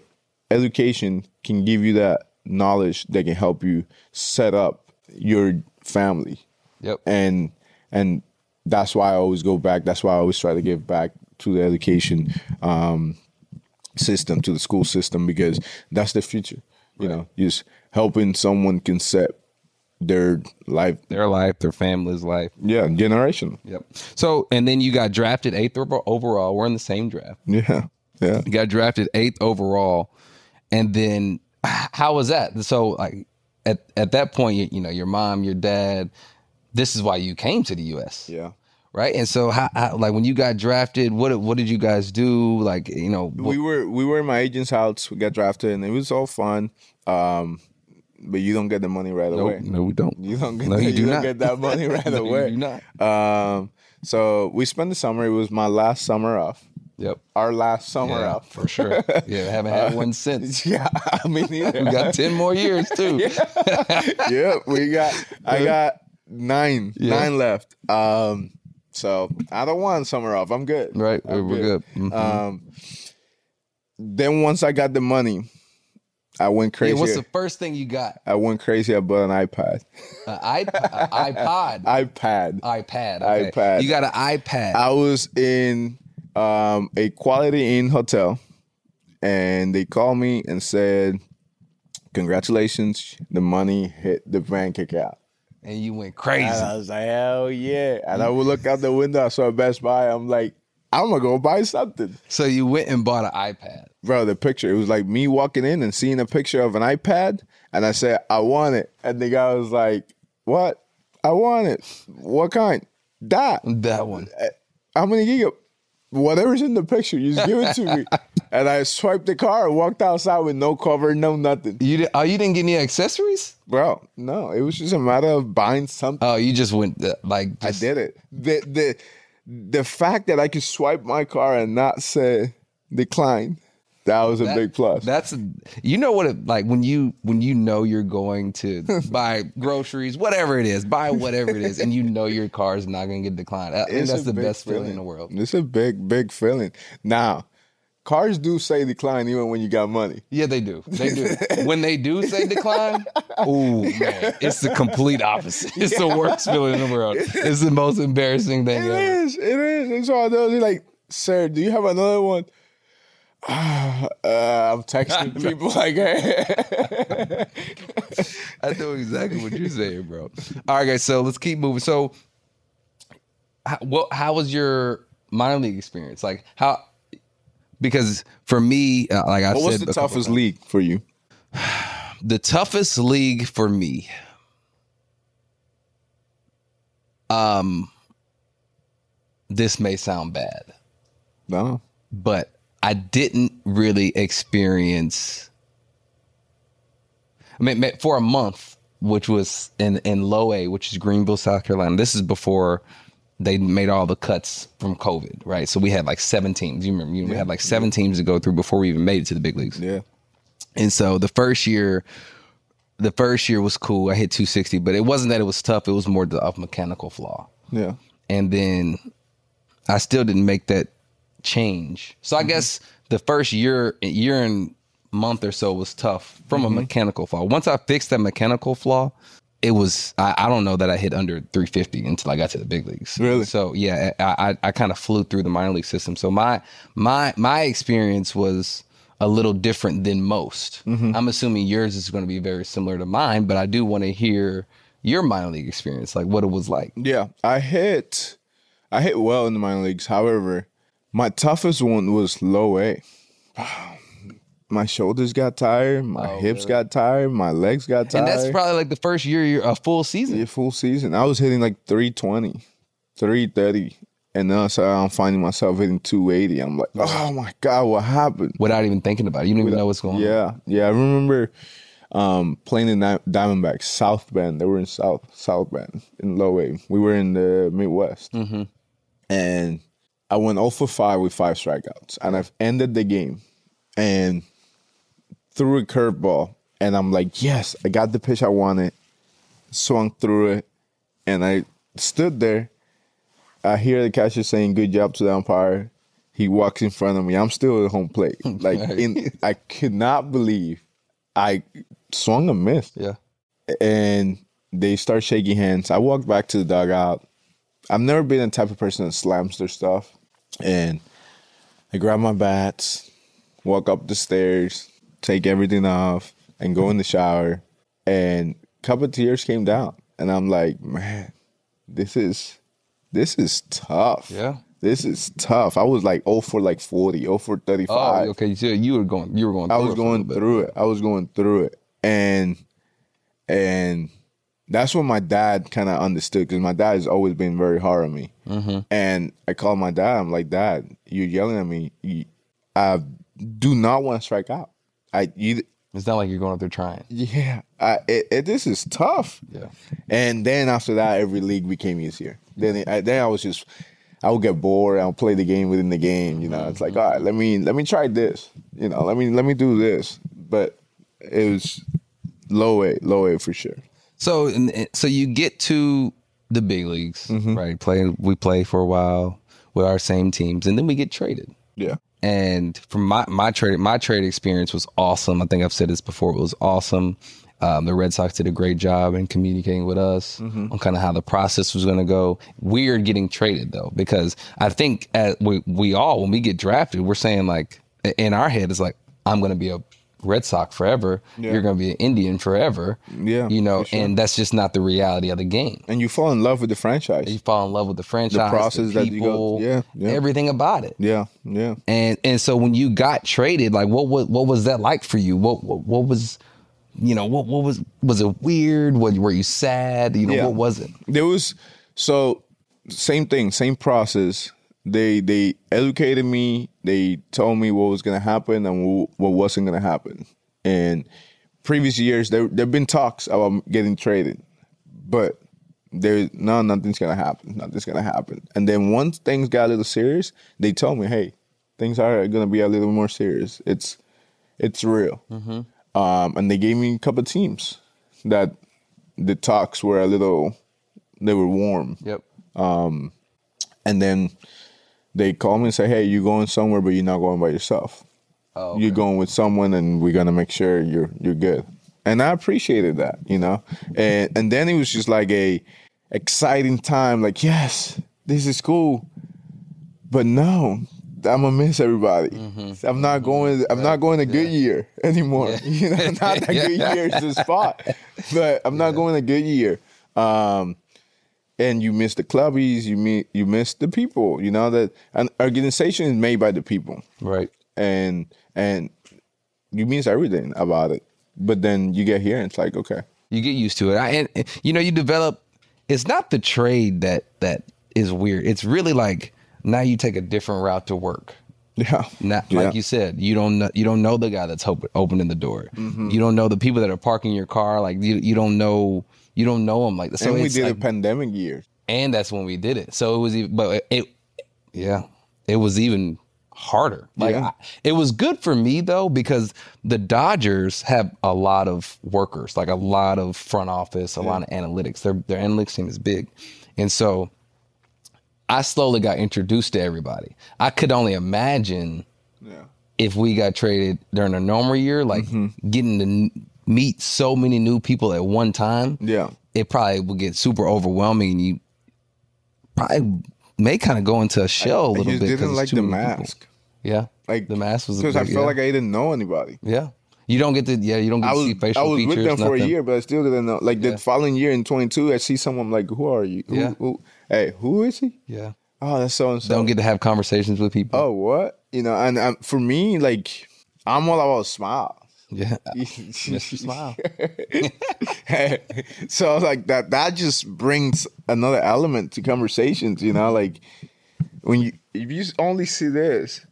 education can give you that knowledge that can help you set up your family Yep. and and that's why i always go back that's why i always try to give back to the education um system to the school system because that's the future you know just helping someone can set their life their life, their family's life. yeah, generation. Yep. So, and then you got drafted eighth over- overall. We're in the same draft. Yeah, yeah. You got drafted eighth overall, and then h- how was that? So, like at at that point, you, you know, your mom, your dad. This is why you came to the U.S. Yeah. right? And so, how, how, like when you got drafted, what what did you guys do? Like you know, We what- were we were in my agent's house. We got drafted, and it was all fun. Um, but you don't get the money right away. oh, no, we don't. You don't get No, that, you do not not. get that money right No, you away. do not. Um, so we spent the summer. It was my last summer off. Yep, Our last summer yeah, off. for sure. Yeah, I haven't had one since. Yeah, I mean, neither. We got ten more years too. yeah, we got. I got nine, Yeah. nine left. Um, so I don't want summer off. I'm good. Right, I'm we're good. Mhm. Um, then once I got the money, I went Hey, crazy. what's the first thing you got? I went crazy. I bought an iPad. An iPod, iPod, iPad. iPad, okay. iPad. You got an iPad. I was in um, a Quality Inn hotel, and they called me and said, "Congratulations, the money hit the bank account." and you went crazy. And I was like, "Hell yeah!" And I would look out the window. I saw a Best Buy. I'm like, "I'm gonna go buy something." so you went and bought an iPad. bro, the picture. It was like me walking in and seeing a picture of an iPad, and I said, "I want it," and the guy was like, "What? I want it. What kind? That? Uh, That one. How many gig? whatever's in the picture, you just give it to me. and I swiped the car and walked outside with no cover, no nothing. You di- oh, you didn't get any accessories? Bro, no, it was just a matter of buying something. Oh, you just went uh, like I just- did it. The the the fact that I could swipe my car and not say decline, that was a big plus. That's you know what it like when you when you know you're going to buy groceries, whatever it is, buy whatever it is, and you know your car is not going to get declined. I think It's that's a the big best feeling in the world. It's a big, big feeling. Now, cars do say decline even when you got money. Yeah, they do. They do. when they do say decline, ooh man, it's the complete opposite. It's the worst feeling in the world. It's the most embarrassing thing It ever. is. It is. It's all those. You're like, sir, do you have another one? Ah, uh, I'm texting people like, hey. I know exactly what you're saying, bro. All right, guys. So let's keep moving. So, how, what? How was your minor league experience? Like how? Because for me, uh, like I what was said, the a couple toughest times, league for you? the toughest league for me. Um, this may sound bad, No. but I didn't really experience. I mean, ma- for a month, which was in in Low A, which is Greenville, South Carolina. This is before they made all the cuts from COVID, right? So we had like seven teams. You remember, you we had like seven teams to go through before we even made it to the big leagues. Yeah. And so the first year, the first year was cool. I hit 260, but it wasn't that it was tough. It was more the of mechanical flaw Yeah. and then I still didn't make that change. So I guess the first year year and month or so was tough from a mechanical flaw. Once I fixed that mechanical flaw, it was I, I don't know that I hit under 350 until I got to the big leagues. Really? So yeah, I I, I kind of flew through the minor league system. So my my my experience was a little different than most. I'm assuming yours is going to be very similar to mine, but I do want to hear your minor league experience, like what it was like. Yeah, I hit, I hit well in the minor leagues. However, my toughest one was low A. My shoulders got tired, my Oh, hips got tired, my legs got tired. And that's probably like the first year you're a full season. Yeah, full season. I was hitting like 320, 330. And then I started I'm finding myself hitting 280. I'm like, oh my God, what happened? Without even thinking about it. You don't even know what's going on. Yeah, yeah. I remember um, playing in Di- Diamondbacks, South Bend. They were in South South Bend in Low A. We were in the Midwest, and I went 0 for five with five strikeouts, and I've ended the game, and threw a curveball, and I'm like, yes, I got the pitch I wanted, swung through it, and I stood there. I hear the catcher saying "good job" to the umpire. He walks in front of me. I'm still at home plate. Like in, I could not believe I swung and missed, Yeah. and they start shaking hands. I walked back to the dugout. I've never been the type of person that slams their stuff, and I grab my bats, walk up the stairs, take everything off, and go in the shower. And a couple of tears came down, and I'm like, man, this is this is tough. Yeah. This is tough. I was like 0 for like 40, 0 for Oh, 35. okay. So you were going you were going I through was it for a going little bit. through it. I was going through it, and and that's when my dad kind of understood because my dad has always been very hard on me. Mm-hmm. And I called my dad. I'm like, Dad, you're yelling at me. You- I do not want to strike out. I you, It's not like you're going up there trying. yeah. I it, it, this is tough. Yeah. And then after that, every league became easier. Then it, I, then I was just, I would get bored. I'll play the game within the game. You know, it's like, all right, let me let me try this. You know, let me let me do this. But it was low A, low A for sure. So and- and- so you get to the big leagues, Mm-hmm. right? Playing we play for a while with our same teams and then we get traded. Yeah, And from my my trade my trade experience was awesome. I think I've said this before. It was awesome. Um, the Red Sox did a great job in communicating with us Mm-hmm. on kind of how the process was going to go. Weird getting traded though, because I think at, we we all when we get drafted, we're saying like in our head is like I'm going to be a Red Sox forever. You're going to be an Indian forever. Yeah, you know, for sure. and that's just not the reality of the game and you fall in love with the franchise. you fall in love with the franchise, the process that you go- people, yeah, yeah. everything about it. yeah, yeah. And and so when you got traded, like what what, what was that like for you? What what, what was you know what what was was it weird? What were you sad? You know Yeah. what was it? There was so same thing, same process. They they educated me. They told me what was gonna happen and wh- what wasn't gonna happen. And previous years, there there've been talks about getting traded, but there's no nothing's gonna happen. Nothing's gonna happen. And then once things got a little serious, they told me, hey, things are gonna be a little more serious. It's it's real. Um, and they gave me a couple teams that the talks were a little they were warm. Yep. And then they call me and say, "Hey, you're going somewhere, but you're not going by yourself. Oh, You're going with someone, and we're gonna make sure you're you're good." And I appreciated that, you know. And and then it was just like a exciting time. Like, yes, this is cool, but no. I'm gonna miss everybody. I'm not going. I'm not going to Goodyear anymore. You know, not that Goodyear is the spot, but I'm not going to Goodyear. Um, and you miss the clubbies, you meet, you miss the people. You know that an organization is made by the people, Right. and and you miss everything about it. But then you get here and it's like, okay, you get used to it. I, and and, you know, you develop. It's not the trade that that is weird. It's really like now you take a different route to work. yeah, Not yeah. like you said, you don't know, you don't know the guy that's op- opening the door. Mm-hmm. You don't know the people that are parking your car. Like you, you don't know you don't know them like that. So and we it's did like- a pandemic year. and that's when we did it. So it was even, but it, yeah, it was even harder. Like Yeah. I, it was good for me though because the Dodgers have a lot of workers, like a lot of front office, a lot of analytics. Their their analytics team is big, and so I slowly got introduced to everybody. I could only imagine Yeah, if we got traded during a normal year, like getting to n- meet so many new people at one time yeah, it probably will get super overwhelming and you probably may kind of go into a shell a I little just bit 'cause didn't it's like too the many people. mask, yeah like the mask was a because I big- felt yeah. like I didn't know anybody. yeah you don't get to yeah you don't get I to was see facial I was features with them for a nothing. year, but I still didn't know. Like the following year in 22, I see someone like, who are you? Who, Yeah. who, hey, who is he? yeah Oh, that's so and so. don't get to have conversations with people oh what you know and um, for me like i'm all about smile yeah Mr. Smile. so like that that just brings another element to conversations you know like when you if you only see this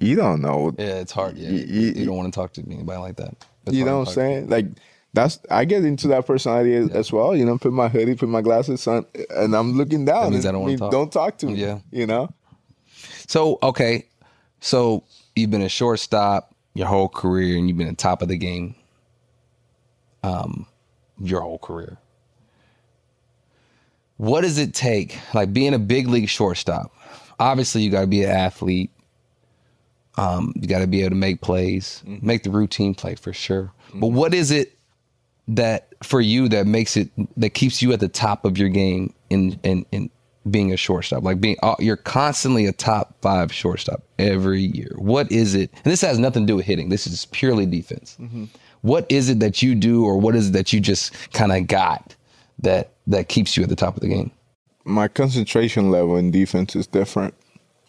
you don't know yeah it's hard yeah You- you, you- you don't want to talk to anybody like that It's you hard know to what i'm talk to. saying like that's I get into that personality as, as well, you know. Put my hoodie, put my glasses on, and I'm looking down. means I and don't wanna mean, talk. Don't talk to me. Yeah. you know. So okay, so you've been a shortstop your whole career, and you've been at top of the game, um, your whole career. What does it take, like being a big league shortstop? Obviously, you got to be an athlete. Um, you got to be able to make plays, make the routine play for sure. But what is it that for you that makes it that keeps you at the top of your game in in in being a shortstop like being uh, you're constantly a top five shortstop every year what is it and this has nothing to do with hitting this is purely defense What is it that you do or what is it that you just kind of got that that keeps you at the top of the game my concentration level in defense is different.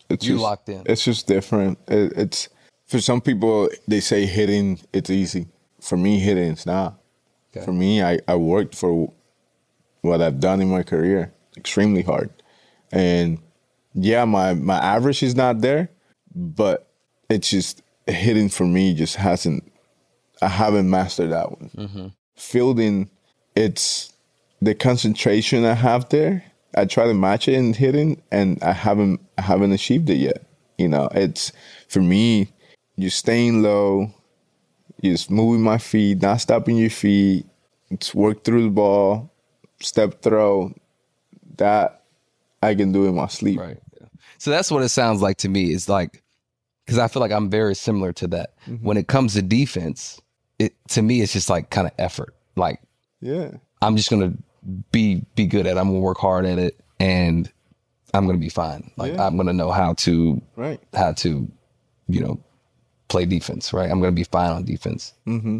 It's You just, locked in. It's just different. It, it's for some people they say hitting it's easy. For me, hitting it's not. Okay. For me, I, I worked for what I've done in my career extremely hard, and yeah, my my average is not there, but it's just hitting for me just hasn't. I haven't mastered that one Mm-hmm. fielding, it's the concentration I have there. I try to match it in hitting, and I haven't I haven't achieved it yet. You know, it's for me. You're staying low. You're just moving my feet, not stopping your feet. It's work through the ball, step throw. That I can do in my sleep. Right. Yeah. So that's what it sounds like to me. It's like because I feel like I'm very similar to that. When it comes to defense, it to me it's just like kind of effort. Like Yeah. I'm just gonna be be good at. it. I'm gonna work hard at it, and I'm gonna be fine. Like Yeah. I'm gonna know how to Right. how to, you know, play defense. Right, I'm gonna be fine on defense. Mm-hmm.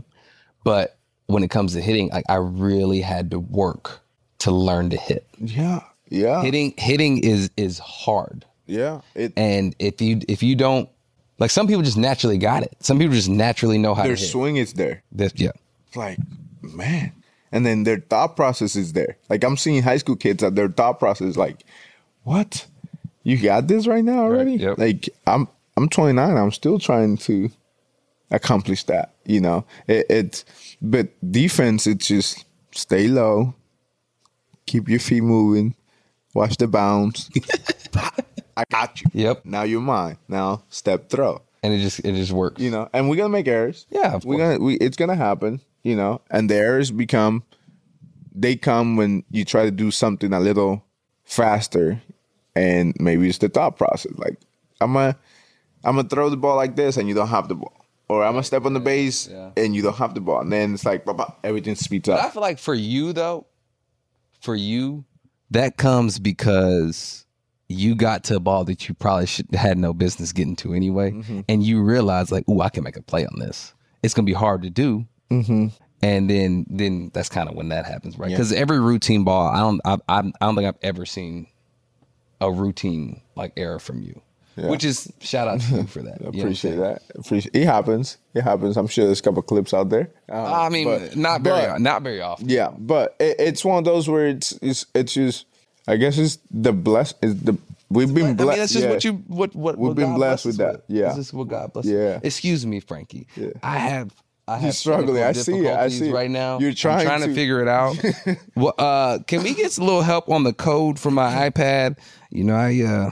But when it comes to hitting, like I really had to work to learn to hit. Yeah. Yeah. Hitting hitting is is hard, Yeah. It. and if you if you don't like some people just naturally got it. Some people just naturally know how Their to hit. swing is there. That's- yeah, It's like, man. And then their thought process is there. Like I'm seeing high school kids that their thought process is like, what? you got this right now already. yep. Like I'm I'm 29. I'm still trying to accomplish that. You know, it, it. But defense, it's just stay low, keep your feet moving, watch the bounce. I got you. Yep. Now you're mine. Now step throw. and it just it just works. You know, and we're gonna make errors. Yeah, of we're course. gonna. We, it's gonna happen. You know, and the errors become. They come when you try to do something a little faster, and maybe it's the thought process. Like I'm a, I'm gonna throw the ball like this, and you don't have the ball, or I'm gonna step on the base, Yeah. and you don't have the ball, and then it's like, bah, bah, everything speeds But I up. feel like for you though, for you, that comes because you got to a ball that you probably should, had no business getting to anyway, Mm-hmm. and you realize like, ooh, I can make a play on this. It's gonna be hard to do. Mm-hmm. And then, then that's kind of when that happens, right? Because every routine ball, I don't, I, I, I don't think I've ever seen a routine like error from you, which is shout out to you for that. You know what I'm Appreciate saying? that. Appreciate it happens. It happens. I'm sure there's a couple clips out there. Um, I mean, but- not very, but- not very often. Yeah, but it, it's one of those where it's it's it's just I guess it's the bless is the we've been I mean, blessed. that's just yeah. what you what what We've what been God blessed blesses with that. Yeah. this is what God blesses. Yeah. with. excuse me, Frankie. I have. I have You're struggling. I technical see it. I difficulties see it. right now. You're I'm trying trying to, to- figure it out. well, uh, can we get a little help on the code for my iPad? You know, I uh,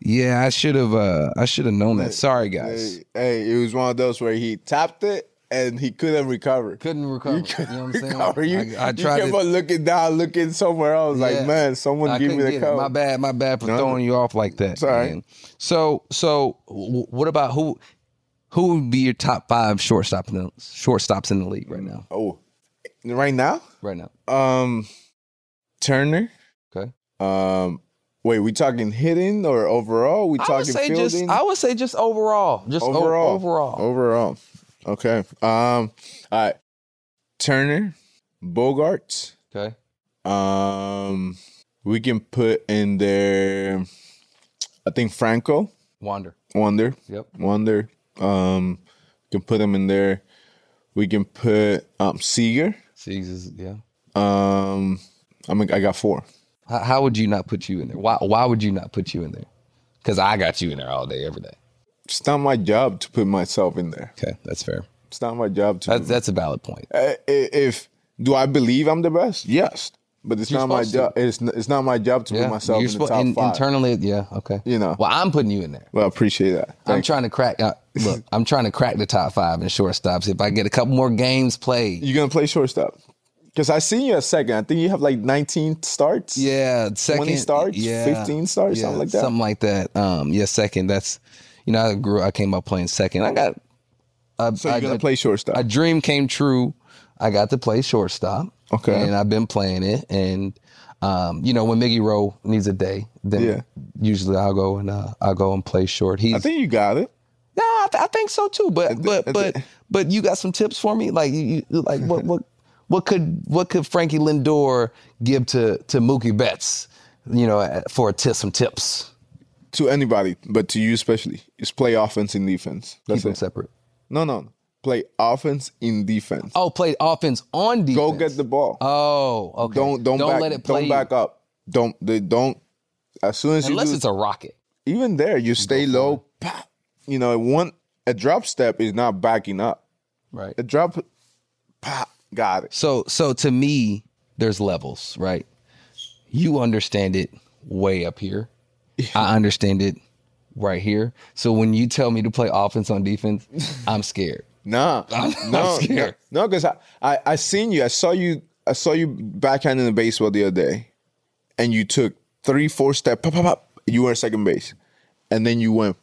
yeah, I should have uh, I should have known that. Sorry, guys. Hey, hey, it was one of those where he tapped it and he couldn't recover. Couldn't recover. You, know what I'm saying? recover. You, I, I you tried kept to. on looking down, looking somewhere else. Yeah. Like, man, someone I give me couldn't the get it. code. My bad. My bad for throwing you off like that. It's all right. man. So so w- what about who? Who would be your top five shortstops in the shortstops in the league right now? Oh, right now, Right now, um, Turner. okay. Um, wait, we talking hitting or overall? We I would talking say fielding? just I would say just overall, just o- overall. overall. Overall. Okay. Um. All right. Turner, Bogarts. Okay, Um. We can put in there. I think Franco Wander. Wonder Yep. Wonder. Um. Can put him in there. We can put um Seager. Siegs is yeah. Um. I mean, I got four. How, how would you not put you in there? Why why would you not put you in there? Because I got you in there all day, every day. It's not my job to put myself in there. Okay, that's fair. It's not my job to. That's that's a valid point. Uh, I- i- if do I believe I'm the best? Yes, but it's You're not my supposed to. job. It's n- it's not my job to Yeah, put myself in the suppo- top in- five. internally. Yeah, okay. You know. well, I'm putting you in there. well, I appreciate that. I'm Thank trying to crack. Uh, look, I'm trying to crack the top five in shortstops. If I get a couple more games played, you. You're gonna play shortstop because I seen you a second. I think you have like 19 starts. yeah, second, starts? yeah, 15 starts? Something like that? something like that. Um, yeah, second. That's you know, I grew. I came up playing second. I got. A, So you're I- gonna a- play shortstop. A dream came true. I got to play shortstop. Okay. and I've been playing it. And um, you know, when Miggy Rowe needs a day, then Yeah. usually I'll go and uh, I'll go and play short. He's I think you got it. No, I, th- I think so too. But but I but thi- but you got some tips for me? Like you, you like what what what could what could Frankie Lindor give to to Mookie Betts? You know, uh, for a tip, some tips. To anybody, but to you especially, is play offense and defense. Keep That's them it. separate. No, no, no. Play offense in defense. Oh, play offense on defense. Go get the ball. Oh, okay. don't don't back, let it play. you. Don't back up. Don't they don't. As soon as you Unless do, it's a rocket. even there, you stay low. pop. You know, one a drop step is not backing up. Right. A drop, pop, got it. So so to me, there's levels, right? You understand it way up here. I understand it right here. So when you tell me to play offense on defense, I'm scared. Nah, no, scared. no, because I, I I seen you. I saw you. I saw you backhanding the baseball the other day, and you took three, four step. Pop, pop, pop. You were second base, and then you went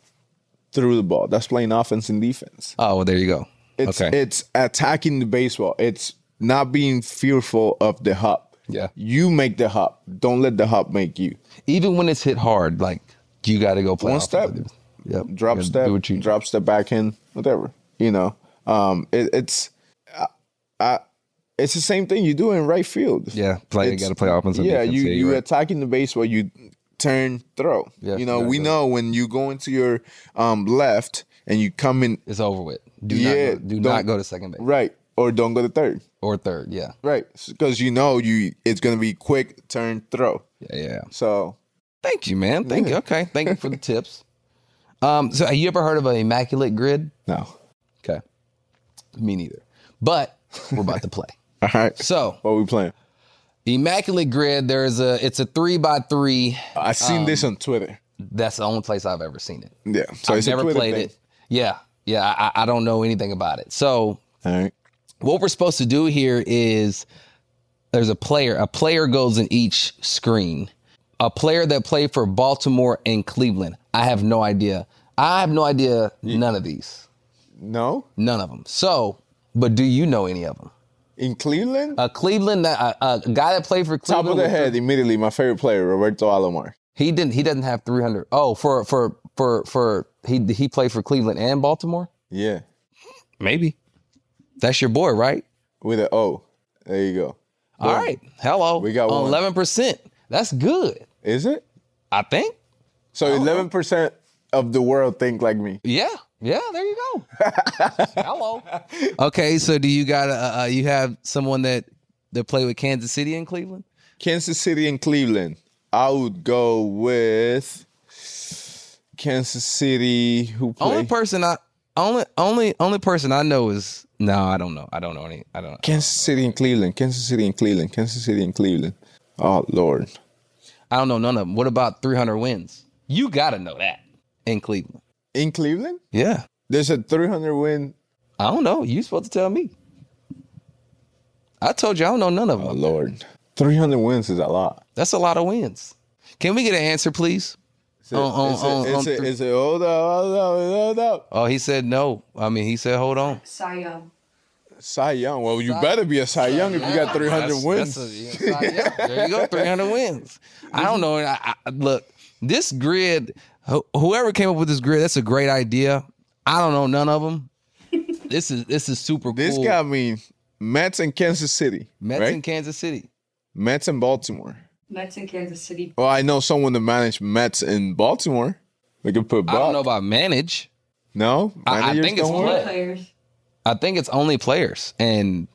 through the ball. That's playing offense and defense. Oh, well, there you go. It's okay. it's attacking the baseball. It's not being fearful of the hop. Yeah. You make the hop. Don't let the hop make you. Even when it's hit hard, like you got to go play One offense step. on defense. Yep. You Drop gotta step, Do what you drop step back in, whatever. You know. Um it, it's I, I it's the same thing you do in right field. Yeah, play. It's- Got to play offense. On yeah, defense. you you're you right. attacking the baseball, you turn throw. Yeah, you know, we exactly. know when you go into your um left and you come in It's over with. Do Yeah, not go, do don't- not go to second base right or don't go to third. or third. Yeah. Right, because you know you it's gonna be quick turn throw. Yeah. Yeah. So Thank you, man. Thank you. Okay. Thank you for the tips. Um, so have you ever heard of an immaculate grid? No. Okay. Me neither. But we're about to play. All right. So What are we playing? immaculate grid, there's a it's a three by three. I Um, seen this on Twitter. That's the only place I've ever seen it. Yeah. So I've it's a never Twitter played thing. it. Yeah. Yeah. I, I I don't know anything about it. So All right. what we're supposed to do here is there's a player. A player goes in each screen. A player that played for Baltimore and Cleveland. I have no idea. I have no idea none of these. No? None of them. So, but do you know any of them? In Cleveland? A Uh, Cleveland, a, a guy that played for Top Cleveland. of the with- head, immediately, my favorite player, Roberto Alomar. He didn't. He doesn't have 300. Oh, for for for for he he played for Cleveland and Baltimore. Yeah. Maybe that's your boy, right? With an O. There you go. All right. Hello. We got one. eleven percent. That's good. Is it? I think. So eleven percent of the world think like me. Yeah. Yeah. There you go. Hello. Okay. So do you got uh, uh, you have someone that that played with Kansas City and Cleveland? Kansas City and Cleveland. I would go with Kansas City who Only play person I only only only person I know is no. I don't know. I don't know any. I don't know. Kansas City and Cleveland. Kansas City and Cleveland. Kansas City and Cleveland. Oh Lord. I don't know none of them. What about 300 wins? You got to know that in Cleveland. In Cleveland? Yeah. There's a 300 win. I don't know. You supposed to tell me. I told you I don't know none of Oh them. Lord. 300 wins is a lot. That's a lot of wins. Can we get an answer, please? Is it, On- on- is it- on- is on it- oh, three- is it- hold up, hold up, hold up. Oh, he said no. I mean, he said hold on. Cy Young. Cy Young. Well, you better be a Cy Young if you got 300 That's- wins. that's a- yeah, yeah, there you go, 300 wins. I don't know. I, I, look, this grid, wh- whoever came up with this grid, that's a great idea. I don't know none of them. This is this is super this cool. got me Mets and Kansas City. Mets right? in Kansas City. Mets and Baltimore. Mets in Kansas City. Well, I know someone that managed Mets in Baltimore. We could put Buck. I don't know about manage. no, I- I Managers think it's Play. don't Play. work? Players. I think it's only players, and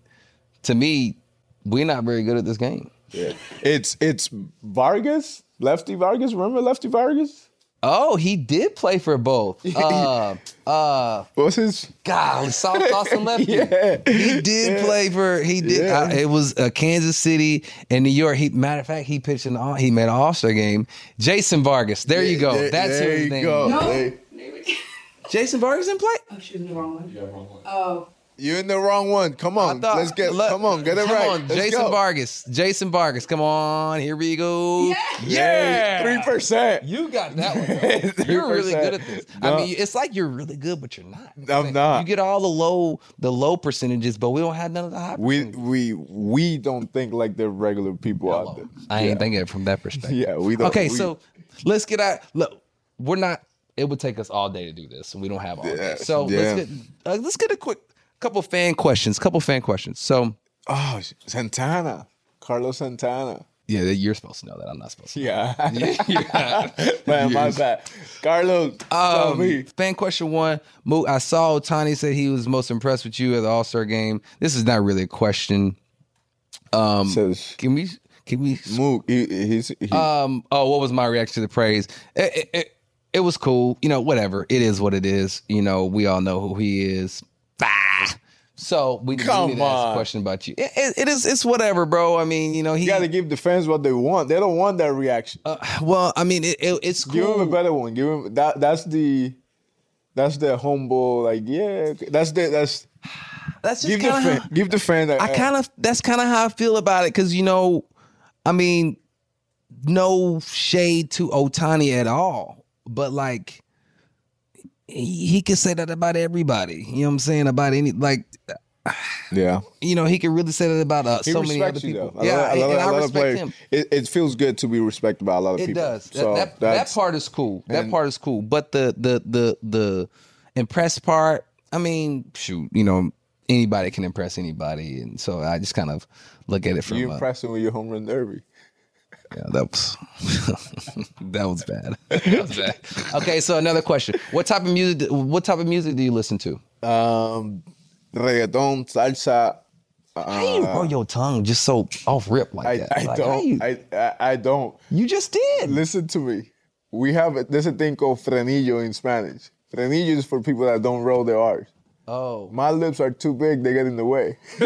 to me, we're not very good at this game. It's it's Vargas, Lefty Vargas. Remember Lefty Vargas? Oh, he did play for both. Uh, uh, What's his? God, South Austin lefty. Yeah, He did play for. He did. Yeah. I- it was uh, Kansas City and New York. He matter of fact, he pitched an. All, he made an All Star game. Jason Vargas. There you go. There- That's who there his you name. go. is. Hey, Jason Vargas didn't play. Oh, she was in the wrong one. Oh, You're in the wrong one. Come on, thought- let's get. look, come on, get it Come right. on, Let's Jason go. Vargas. Jason Vargas. Come on. Here we go. Yeah. three percent. You got that one. though. You're really 3%. good at this. No. I mean, it's like you're really good, but you're not. I'm not. You get all the low, the low percentages, but we don't have none of the high. We we we don't think like the regular people out there. I ain't thinking it from that perspective. Yeah, we don't. okay, we- so let's get out. Look, we're not. It would take us all day to do this, and we don't have all Yeah, day. So yeah. let's get uh, let's get a quick couple fan questions. Couple fan questions. So oh Santana, Carlos Santana. yeah, you're supposed to know that. I'm not supposed to. Yeah. Man, my bad. Carlos, tell me. Um, fan question one. Mo, I saw Tani said he was most impressed with you at the All Star game. This is not really a question. um, Says, Can we? Can we? Mook, he, he's, he, Um. Oh, what was my reaction to the praise? It, it, it, it was cool. You know, whatever. It is what it is. You know, we all know who he is. Ah. So we, we Come need to ask on. a question about you. It, it- it is. It's whatever, bro. I mean, you know, he. you got to give the fans what they want. They don't want that reaction. Uh, well, I mean, it, it, it's give him cool. a better one. Give him that. That's the, that's the humble. Like yeah, okay. that's the that's. That's just Give the kinda how- fan, give the fan. I kind of that's kind of how I feel about it because you know, I mean, no shade to Otani at all, but like he, he could say that about everybody. You know what I'm saying about any like yeah. you know he could really say that about uh, He so many other respects you people. though. A yeah, lot- a and- lot- and a I lot of respect players- him. It, it feels good to be respected by a lot of It people. does. That- So that, that, that's- part is cool. That and- part is cool. But the the the the impressed part, I mean, shoot, you know, anybody can impress anybody, and so I just kind of look at it from You a- impressed him with your home run derby. Yeah, that was that was bad. That was bad. Okay, so another question: What type of music? What type of music do you listen to? Um, reggaeton, salsa, how you roll your tongue just so off rip like I, that? I Like, how don't. You, I, I, I don't. you just did. Listen to me. We have a, there's a thing called frenillo in Spanish. Frenillo is for people that don't roll their R's. Oh, My lips are too big; they get in the way.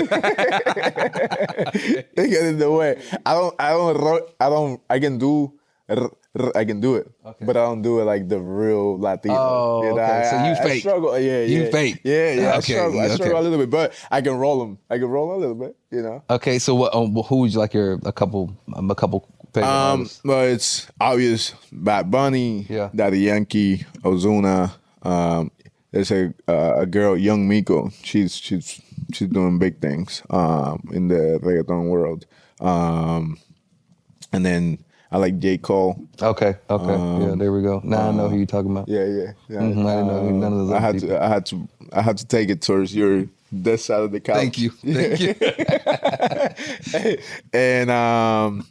they get in the way. I don't. I don't. ro- I don't. I can do. r- r- I can do it, but I don't do it like the real Latino. Oh, You know, okay. I- So you I- I fake. struggle. Yeah, yeah. You fake. Yeah, yeah. I Okay, struggle. yeah, I struggle okay. a little bit, but I can roll them. I can roll a little bit. You know. okay. So what? Um, who would you like your a couple? Um, a couple. favorite Um, artists? well, it's obvious. Bad Bunny, Yeah. Daddy Yankee, Ozuna. Um, there's a uh, a girl, Young Miko. She's she's she's doing big things um, in the reggaeton world. Um, and then I like J Cole. okay. Okay. yeah. There we go. Now I know who you're talking about. um, Yeah, yeah. yeah. Mhm, I didn't know none of those Mm-hmm. I other had people. to, I had to, I had to take it towards your this side of the couch. Thank you. Thank you. And um,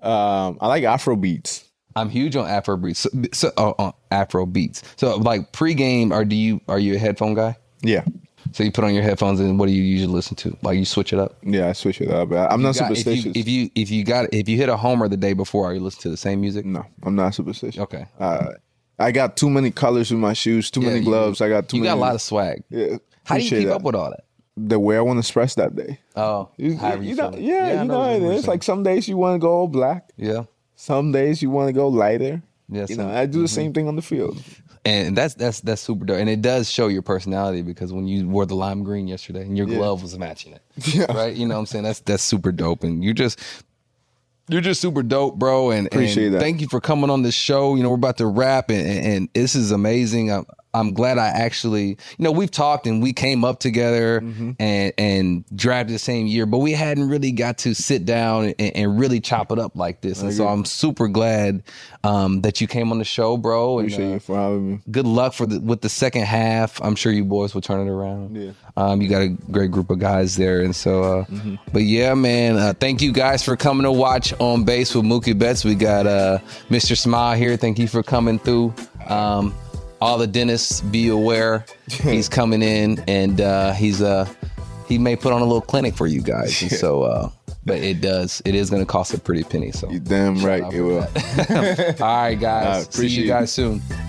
um, I like Afro beats. I'm huge on Afro beats. So, so uh, on Afro beats. So like pregame, or do you are you a headphone guy? Yeah. So you put on your headphones, and what do you usually listen to? Like you switch it up. Yeah, I switch it up. I- I'm not Got- superstitious. If you, if you if you got if you hit a homer the day before, are you listening to the same music? No, I'm not superstitious. Okay. Uh, I got too many colors in my shoes, too Yeah, many you- gloves. I got too You many. got a lot of swag. How Yeah, do you appreciate keep that. up with all that? the way I want to stress that day? Oh, You, however you you know, feel. yeah, I you what know, it you're is. saying. Like some days you want to go all black, yeah. some days you want to go lighter. Yeah, you some- know, I do the same thing on the field. And that's that's that's super dope, and it does show your personality because when you wore the lime green yesterday, and your glove was matching it, Yeah. right? You know what I'm saying? That's that's super dope, and you just you're just super dope, bro. And and Appreciate that. Thank you for coming on this show. You know, we're about to wrap, and, and, and this is amazing. I'm I'm glad I actually, you know, we've talked and we came up together Mm-hmm. and and drafted the same year, but we hadn't really got to sit down and, and really chop it up like this. And so I'm super glad um, that you came on the show, bro. And, Appreciate uh, you for having me. good luck for the with the second half. I'm sure you boys will turn it around. Yeah. Um, you got a great group of guys there, and so. Uh, Mm-hmm. But yeah, man, uh, thank you guys for coming to watch on base with Mookie Betts. We got uh, Mr. Smile here. Thank you for coming through. Um, all the dentists, be aware, he's coming in, and uh, he's uh, he may put on a little clinic for you guys, and so. Uh, but it does. It is going to cost a pretty penny. So, You damn right, out it for will. all right, guys. I see appreciate you it. guys soon.